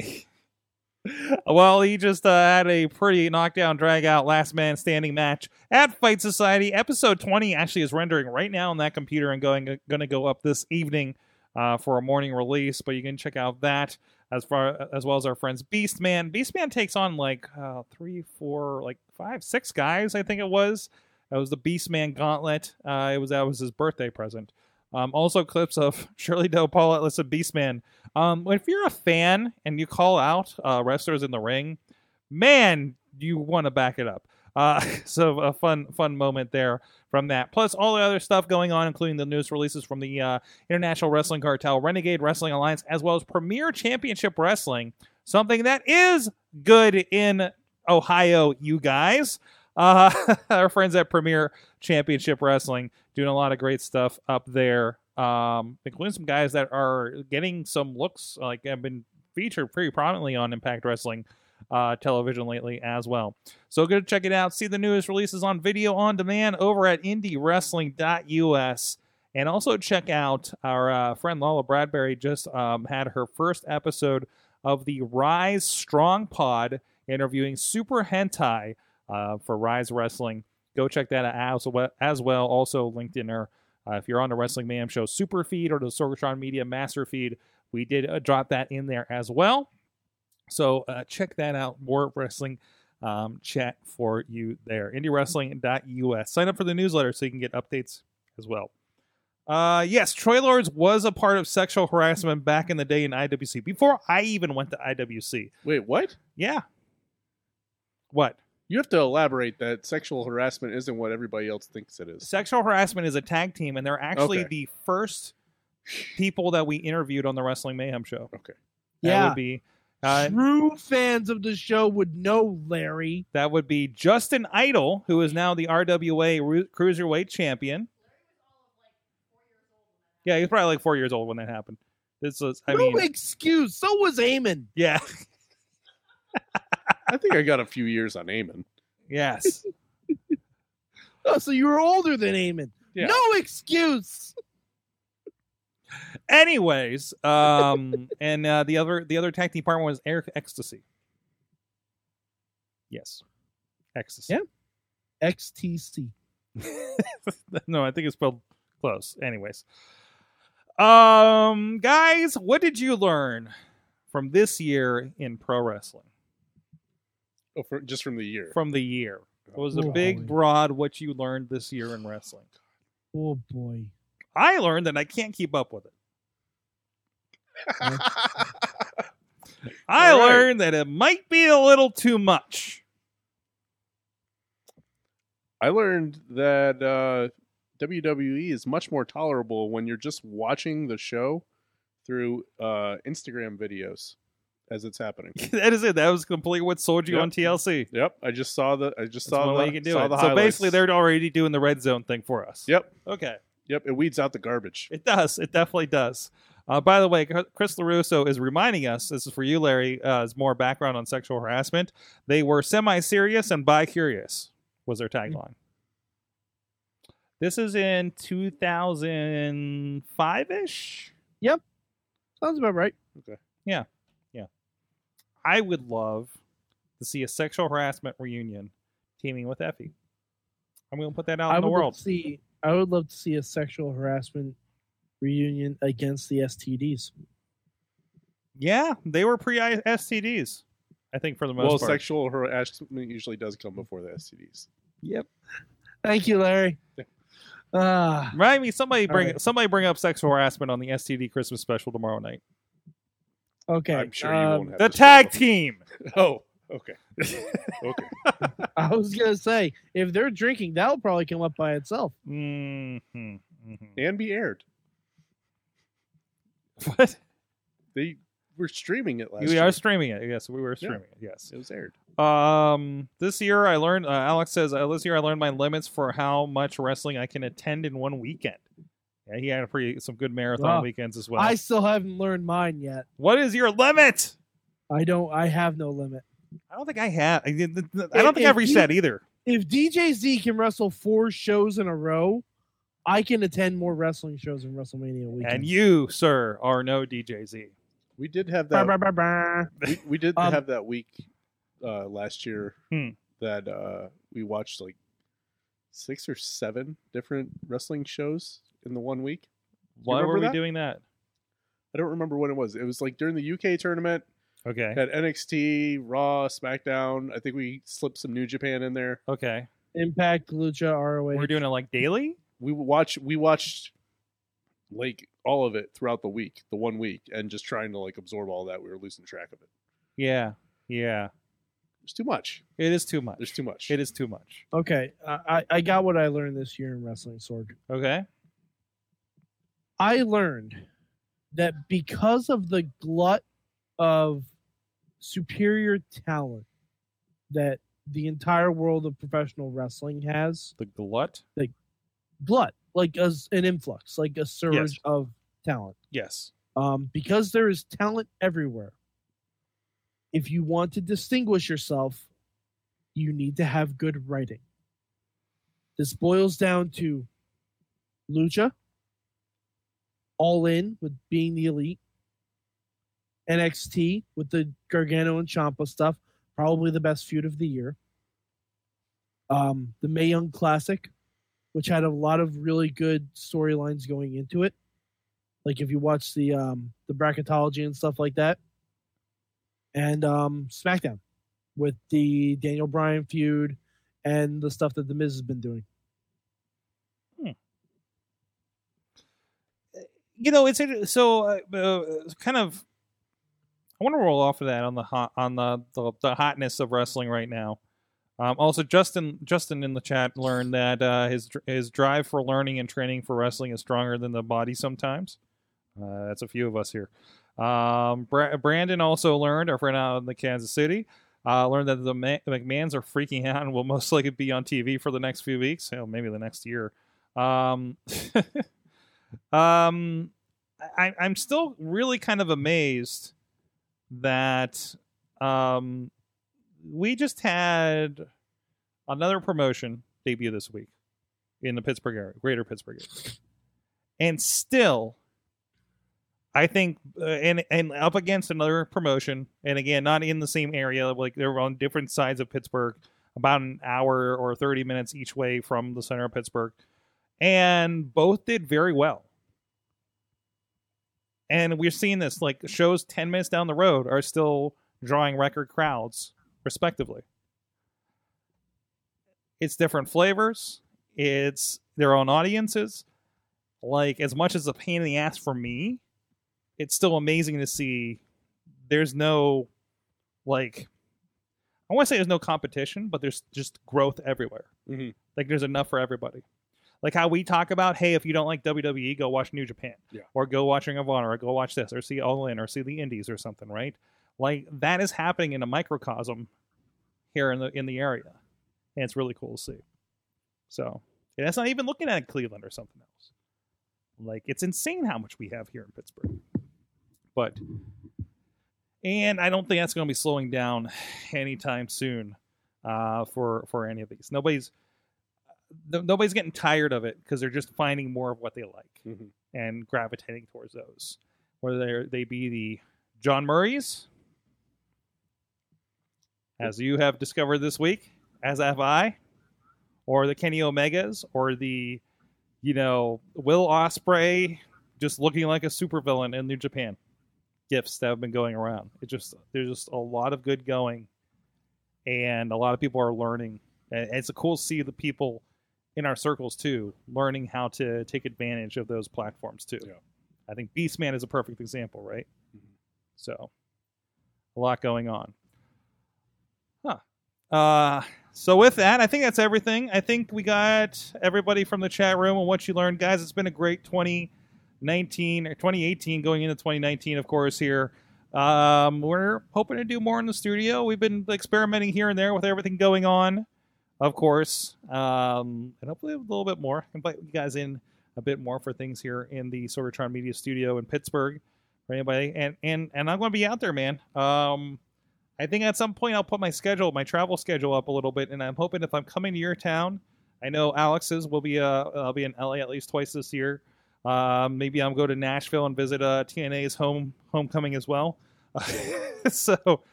well, he just uh, had a pretty knockdown, drag out, last man standing match at Fight Society. Episode 20 actually is rendering right now on that computer and going going to go up this evening uh, for a morning release, but you can check out that. as far as well as our friends Beastman. Beastman takes on like uh, three, four, like five, six guys. I think it was. That was the Beastman Gauntlet. Uh, it was that was his birthday present. Um, also clips of Shirley Del Paul at List of Beastman. Um, if you're a fan and you call out uh, wrestlers in the ring, man, you want to back it up. Uh, so a fun, fun moment there from that. Plus all the other stuff going on, including the news releases from the uh, International Wrestling Cartel, Renegade Wrestling Alliance, as well as Premier Championship Wrestling, something that is good in Ohio, you guys. Uh, our friends at Premier Championship Wrestling doing a lot of great stuff up there, um, including some guys that are getting some looks, like have been featured pretty prominently on Impact Wrestling uh, television lately as well. So go check it out. See the newest releases on video on demand over at indiewrestling.us. And also check out our uh, friend Lala Bradbury just um, had her first episode of the Rise Strong Pod interviewing Super Hentai uh, for Rise Wrestling. Go check that out as well. As well. Also linked in her. Uh, if you're on the Wrestling Mayhem Show Super Feed or the Sorgatron Media Master Feed, we did uh, drop that in there as well. So uh, check that out. More wrestling um, chat for you there. IndieWrestling.us. Sign up for the newsletter so you can get updates as well. Uh, yes, Troy Lords was a part of sexual harassment back in the day in IWC before I even went to IWC.
Wait, what?
Yeah. What?
You have to elaborate that sexual harassment isn't what everybody else thinks it is.
Sexual harassment is a tag team, and they're actually
Okay.
the first people that we interviewed on the Wrestling Mayhem show. That
Yeah,
would be. Uh,
true fans of the show would know Larry.
That would be Justin Idol, who is now the RWA Ru- Cruiserweight Champion. Yeah, he was probably like four years old when that happened. This was, I
no
mean,
excuse. So was Eamon.
yeah,
I think I got a few years on Eamon.
yes.
Oh, so you were older than Eamon.
Yeah.
No excuse.
Anyways, um, and uh, the other the other tag team partner was Eric Ecstasy. Yes, Ecstasy.
Yeah. XTC.
no, I think it's spelled close. Anyways, um, guys, what did you learn from this year in pro wrestling?
Oh, for, just from the year.
from the year. It was a
Oh,
big
boy.
broad what you learned this year in wrestling.
Oh boy.
I learned that I can't keep up with it. I
All right.
learned that it might be a little too much.
I learned that uh, WWE is much more tolerable when you're just watching the show through uh, Instagram videos as it's happening.
that is it. That was completely what sold you
Yep.
on TLC.
Yep, I just saw the. I just
That's
saw
one
the.
way you can do
saw
it.
the
So
highlights.
basically, they're already doing the red zone thing for us.
Yep,
Okay.
yep. It weeds out the garbage.
It does. It definitely does. Uh, by the way, Chr- Chris LaRusso is reminding us this is for you, Larry, uh, is more background on sexual harassment. They were semi serious and bi curious, was their
Mm-hmm.
tagline. This is in 2005 ish.
Sounds about right.
I would love to see a sexual harassment reunion teaming with Effie. I'm going to put that out
I
in the
would
world.
Love to see. I would love to see a sexual harassment reunion against the STDs.
Yeah, they were pre STDs, I think, for the most
Well,
part.
sexual harassment usually does come before the STDs.
Thank you, Larry. Ah,
Remind me, somebody
All
bring
right.
somebody bring up sexual harassment on the STD Christmas special tomorrow night.
okay.
I'm sure you
um,
won't have
The
this
tag
problem.
team.
Oh, okay, okay.
I was gonna say if they're drinking, that'll probably come up by itself.
hmm hmm
And be aired.
What?
They were streaming it last.
We
year.
are streaming it. Yes, we were streaming it. Yes.
It was aired.
Um, this year I learned. Uh, Alex says uh, this year I learned my limits for how much wrestling I can attend in one weekend. Yeah, he had a pretty some good marathon
Wow.
weekends as well.
I still haven't learned mine yet.
what is your limit?
I don't. I have no limit.
I don't think I have. I, did- I don't think
if
I've reached
you-
that either.
If DJ Z can wrestle four shows in a row, I can attend more wrestling shows in WrestleMania weekend.
And you, sir, are no DJZ.
We did have
Brr,
that.
brr, brr, brr.
we, we did
Um,
have that week uh, last year
Hmm.
that uh, we watched like six or seven different wrestling shows in the one week.
Why were
remember
we
that?
doing that?
I don't remember when it was. It was like during the UK tournament
Okay.
at NXT, Raw, SmackDown. I think we slipped some New Japan in there.
Okay.
Impact, Lucha, ROH.
We're doing it like daily?
We watch we watched like all of it throughout the week, the one week, and just trying to like absorb all that. We were losing track of it.
Yeah. Yeah.
There's too much.
It is too much.
There's too much.
It is too much.
Okay, I, I- I got what I learned this year in wrestling, Sorg.
Okay.
I learned that because of the glut of superior talent that the entire world of professional wrestling has,
The glut?
glut, like as an influx, like a surge
Yes.
of talent.
Yes.
um, because there is talent everywhere. If you want to distinguish yourself, you need to have good writing. This boils down to Lucha, All In with being the elite, NXT with the Gargano and Champa stuff, probably the best feud of the year. Um, the May Young Classic, which had a lot of really good storylines going into it like if you watch the um the bracketology and stuff like that and um smackdown with the daniel bryan feud and the stuff that the miz has been doing
You know, it's it- so uh, uh, it's kind of. I want to roll off of that on the hot on the, the the hotness of wrestling right now. Um, also, Justin Justin in the chat learned that uh, his dr- his drive for learning and training for wrestling is stronger than the body sometimes. Uh, that's a few of us here. Um, Bra- Brandon also learned, our friend out in the Kansas City, uh, learned that the Ma- the McMahons are freaking out and will most likely be on TV for the next few weeks, hell, maybe the next year. Um, um, I, I'm still really kind of amazed that um, we just had another promotion debut this week in the Pittsburgh area, greater Pittsburgh area. And still, I think, uh, and and up against another promotion, and again, not in the same area, like they were on different sides of Pittsburgh, about an hour or 30 minutes each way from the center of Pittsburgh. And both did very well. And we're seeing this like shows 10 minutes down the road are still drawing record crowds, respectively. It's different flavors, it's their own audiences. Like, as much as a pain in the ass for me, it's still amazing to see there's no, like, I want to say there's no competition, but there's just growth everywhere.
Mhm.
Like, there's enough for everybody. Like how we talk about, hey, if you don't like WWE, go watch New Japan or go watch Ring of Honor, or go watch this, or see All In, or see the Indies, or something, right? Like that is happening in a microcosm here in the in the area, and it's really cool to see. So and that's not even looking at Cleveland or something else. Like it's insane how much we have here in Pittsburgh, but and I don't think that's going to be slowing down anytime soon uh, for for any of these. Nobody's no, nobody's getting tired of it because they're just finding more of what they like
Mhm.
and gravitating towards those, whether they're- they be the John Murray's, as you have discovered this week, as have I, or the Kenny Omegas, or the you know Will Osprey just looking like a supervillain in New Japan gifts that have been going around. It just there's just a lot of good going, and a lot of people are learning. And it's a cool to see the people in our circles too learning how to take advantage of those platforms too.
Yeah.
I think Beastman is a perfect example, right?
Mhm.
So a lot going on. Huh. Uh so with that, I think that's everything. I think we got everybody from the chat room and what you learned, guys. It's been a great 2019 or 2018 going into 2019, of course. Here, um, we're hoping to do more in the studio. We've been experimenting here and there with everything going on, of course, um, and hopefully a little bit more. Invite you guys in a bit more for things here in the Sorgatron Media Studio in Pittsburgh for anybody. And and and I'm going to be out there, man. Um, I think at some point I'll put my schedule, my travel schedule up a little bit, and I'm hoping if I'm coming to your town, I know Alex's will be uh I'll be in LA at least twice this year. Um, maybe I'll go to Nashville and visit uh, TNA's home homecoming as well. so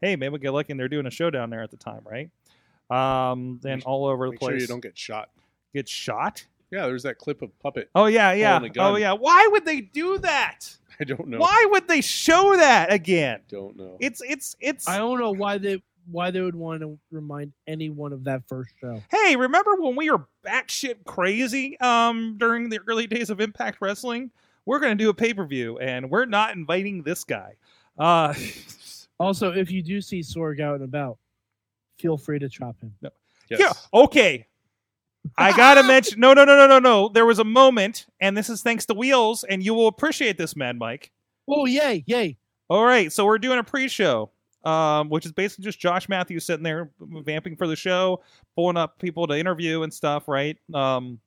hey, maybe we get lucky and they're doing a show down there at the time, right? Um, then
Make-
all over the
Make
place
sure you don't get shot.
get shot.
Yeah, there's that clip of Puppet.
Oh yeah, yeah.
Pulling a gun.
Oh yeah. Why would they do that?
I don't know.
Why would they show that again?
Don't know.
It's it's it's.
I don't know why they why they would want to remind anyone of that first show.
hey, remember when we were batshit crazy um, during the early days of Impact Wrestling? We're going to do a pay per view, and we're not inviting this guy. Uh,
Also, if you do see Sorg out and about, feel free to chop him.
Yes.
Yeah. Okay. I gotta mention. No, no, no, no, no, no. There was a moment, and this is thanks to Wheels, and you will appreciate this, Mad Mike.
Oh yay, yay!
All right, so we're doing a pre-show, um, which is basically just Josh Matthews sitting there vamping for the show, pulling up people to interview and stuff, right? Um,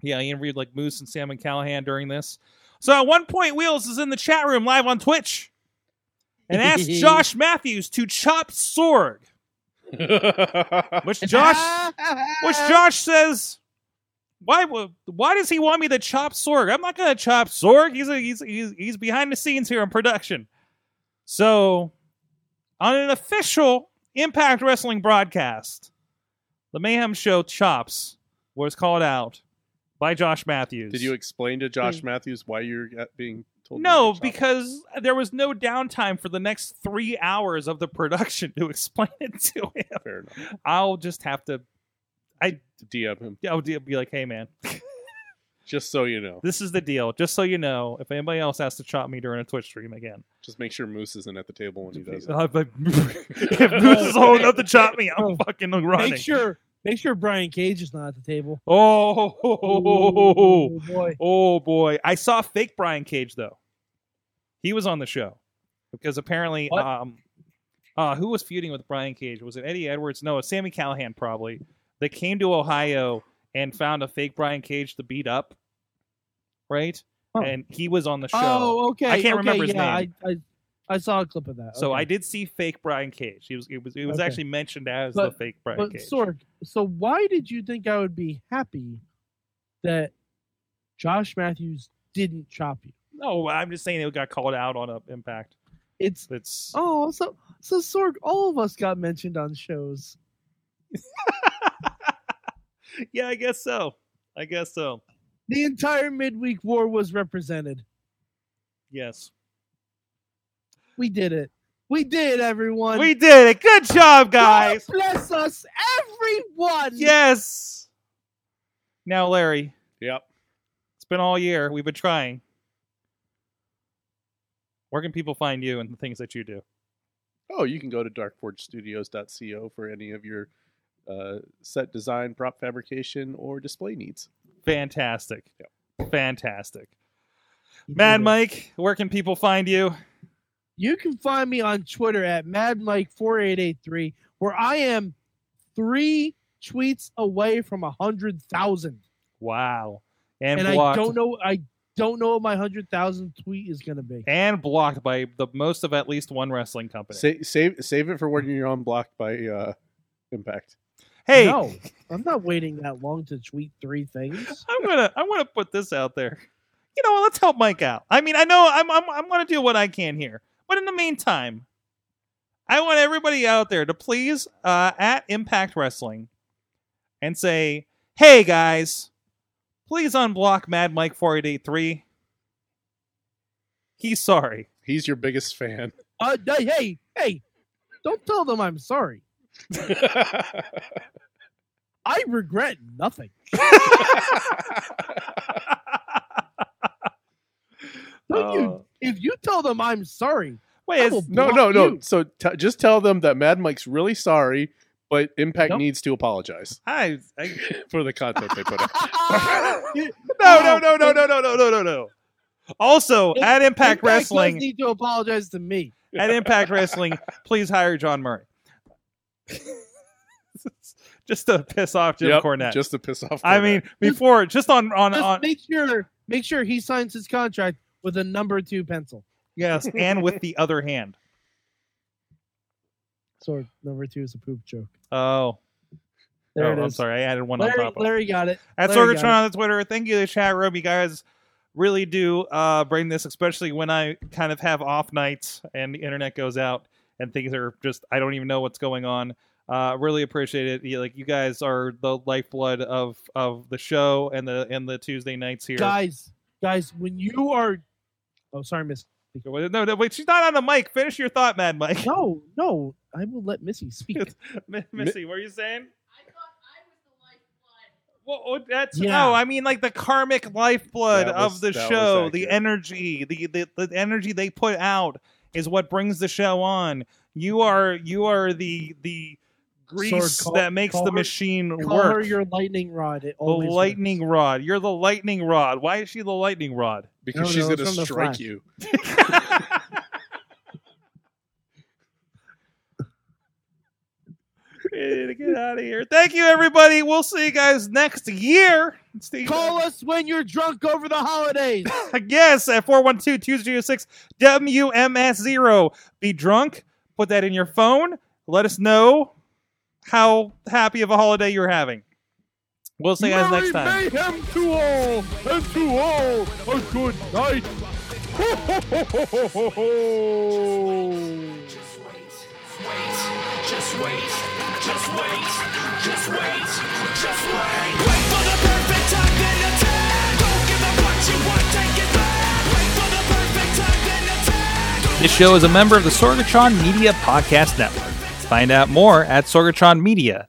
yeah, he interviewed like Moose and Sam and Callahan during this. So at one point, Wheels is in the chat room live on Twitch, and asked Josh Matthews to chop Sorg, which Josh. Which Josh says, "Why? wo- Why does he want me to chop Sorg? I'm not gonna chop Sorg. He's a, he's he's he's behind the scenes here in production." So, on an official Impact Wrestling broadcast, the Mayhem Show chops was called out by Josh Matthews.
Did you explain to Josh Matthews why you're uh, being told?
No,
to chop it?
because there was no downtime for the next three hours of the production to explain it to him.
fair enough.
I'll just have to.
DM him
I'll be like, "Hey, man."
just so you know.
This is the deal. Just so you know, if anybody else has to chop me during a Twitch stream again,
Just make sure Moose isn't at the table when he does it.
I'll be- if Moose is holding up to chop me, I'm fucking running.
Make sure make sure Brian Cage is not at the table.
Oh, oh,
Ooh, boy.
boy! I saw fake Brian Cage though. He was on the show because apparently,
What?
um, uh, who was feuding with Brian Cage? Was it Eddie Edwards? No, it's Sammy Callahan probably. They came to Ohio and found a fake Brian Cage to beat up, right?
Oh.
And he was on the show.
Oh, okay.
I can't
okay,
remember his
yeah,
name.
I, I, I saw a clip of that.
So
okay.
I did see fake Brian Cage. He was it was it was
Okay.
actually mentioned as
But-
the fake Brian
But
Cage.
Sorg, so why did you think I would be happy that Josh Matthews didn't chop you?
No, I'm just saying it got called out on a Impact.
It's
It's
oh, so so Sorg, all of us got mentioned on shows.
yeah, I guess so. I guess so.
The entire midweek war was represented.
Yes,
We did it. We did, everyone.
we did it. Good job,
God
guys.
bless us, everyone.
Yes. Now, Larry,
Yep.
it's been all year. We've been trying. Where can people find you and the things that you do?
Oh, you can go to darkforgestudios.co for any of your uh, set design, prop fabrication, or display needs.
Fantastic. Fantastic.
You did
Mad
it.
Mike, where can people find you?
You can find me on Twitter at MadMike4883, where I am three tweets away from a hundred thousand,
Wow. And,
and, I
blocked.
don't know. I don't know what my hundred thousand tweet is going to be.
and blocked by the most of at least one wrestling company.
Sa- save save it for when you're on block by uh, Impact.
hey,
No, I'm not waiting that long to tweet three things.
I'm gonna I'm gonna put this out there. You know what? Let's help Mike out. I mean, I know I'm I'm I'm gonna do what I can here, but in the meantime, I want everybody out there to please uh, at Impact Wrestling and say, "Hey guys, please unblock Mad Mike 4883. He's sorry.
He's your biggest fan.
Uh, hey, hey, hey! Don't tell them I'm sorry. I regret nothing. Don't
Oh.
you? If you tell them I'm sorry,
Wait, is,
will-
no,
Block
no, no.
you.
So t- just tell them that Mad Mike's really sorry, but Impact
Nope.
needs to apologize
I, I
for the content they put out.
You-
no no no no no no no no no no. Also,
Im-
at Impact
Impact does
Wrestling,
need to apologize to me.
at Impact Wrestling, please hire John Murray. just to piss off Jim
Yep,
Cornette.
Just to piss off.
I
Cornette.
mean, before just on on,
Just
on
make sure make sure he signs his contract with a number two pencil.
yes, and with the other hand.
So number two is a poop joke.
Oh,
There
oh,
it is.
I'm sorry, I added one
Larry,
on top. Of
Larry got it.
At
Larry
Sorgatron
got
on the Twitter, thank you to the chat room. You guys really do uh, bring this, especially when I kind of have off nights and the internet goes out and things are just I don't even know what's going on. Uh, really appreciate it. You, like you guys are the lifeblood of of the show and the and the Tuesday nights here.
Guys, guys, when you are, oh sorry, Miss.
Wait, No, no, wait. She's not on the mic. Finish your thought, Mad Mike.
No, no, I will let Missy speak.
M- Missy, what are you saying? Well, oh, that's
Yeah.
no. I mean, like the karmic lifeblood
That
of
was-
the
that was
show, the
accurate.
energy, the, the the energy they put out is what brings the show on. You are you are the the grease
call-
that makes
call
the
her-
machine
Call her
work.
your lightning rod. It
the
always
lightning
works.
rod. You're the lightning rod. Why is she the lightning rod?
because
No,
she's
no,
gonna
it's from the
strike
Flash.
you.
Get out of here. Thank you, everybody. We'll see you guys next year. Stay
Call us when you're drunk over the holidays.
Yes, at 412-206 WMS0. Be drunk. Put that in your phone. Let us know how happy of a holiday you're having. We'll see you guys next time.
Mayhem to all and to all a good night.
Just wait, wait, just wait, just wait, just wait, just wait. Wait for the perfect time then attack. Don't give up what you want, take it back. Wait for the perfect time then attack. Don't
This show is a member of the Sorgatron Media Podcast Network. Find out more at sorgatronmedia.com.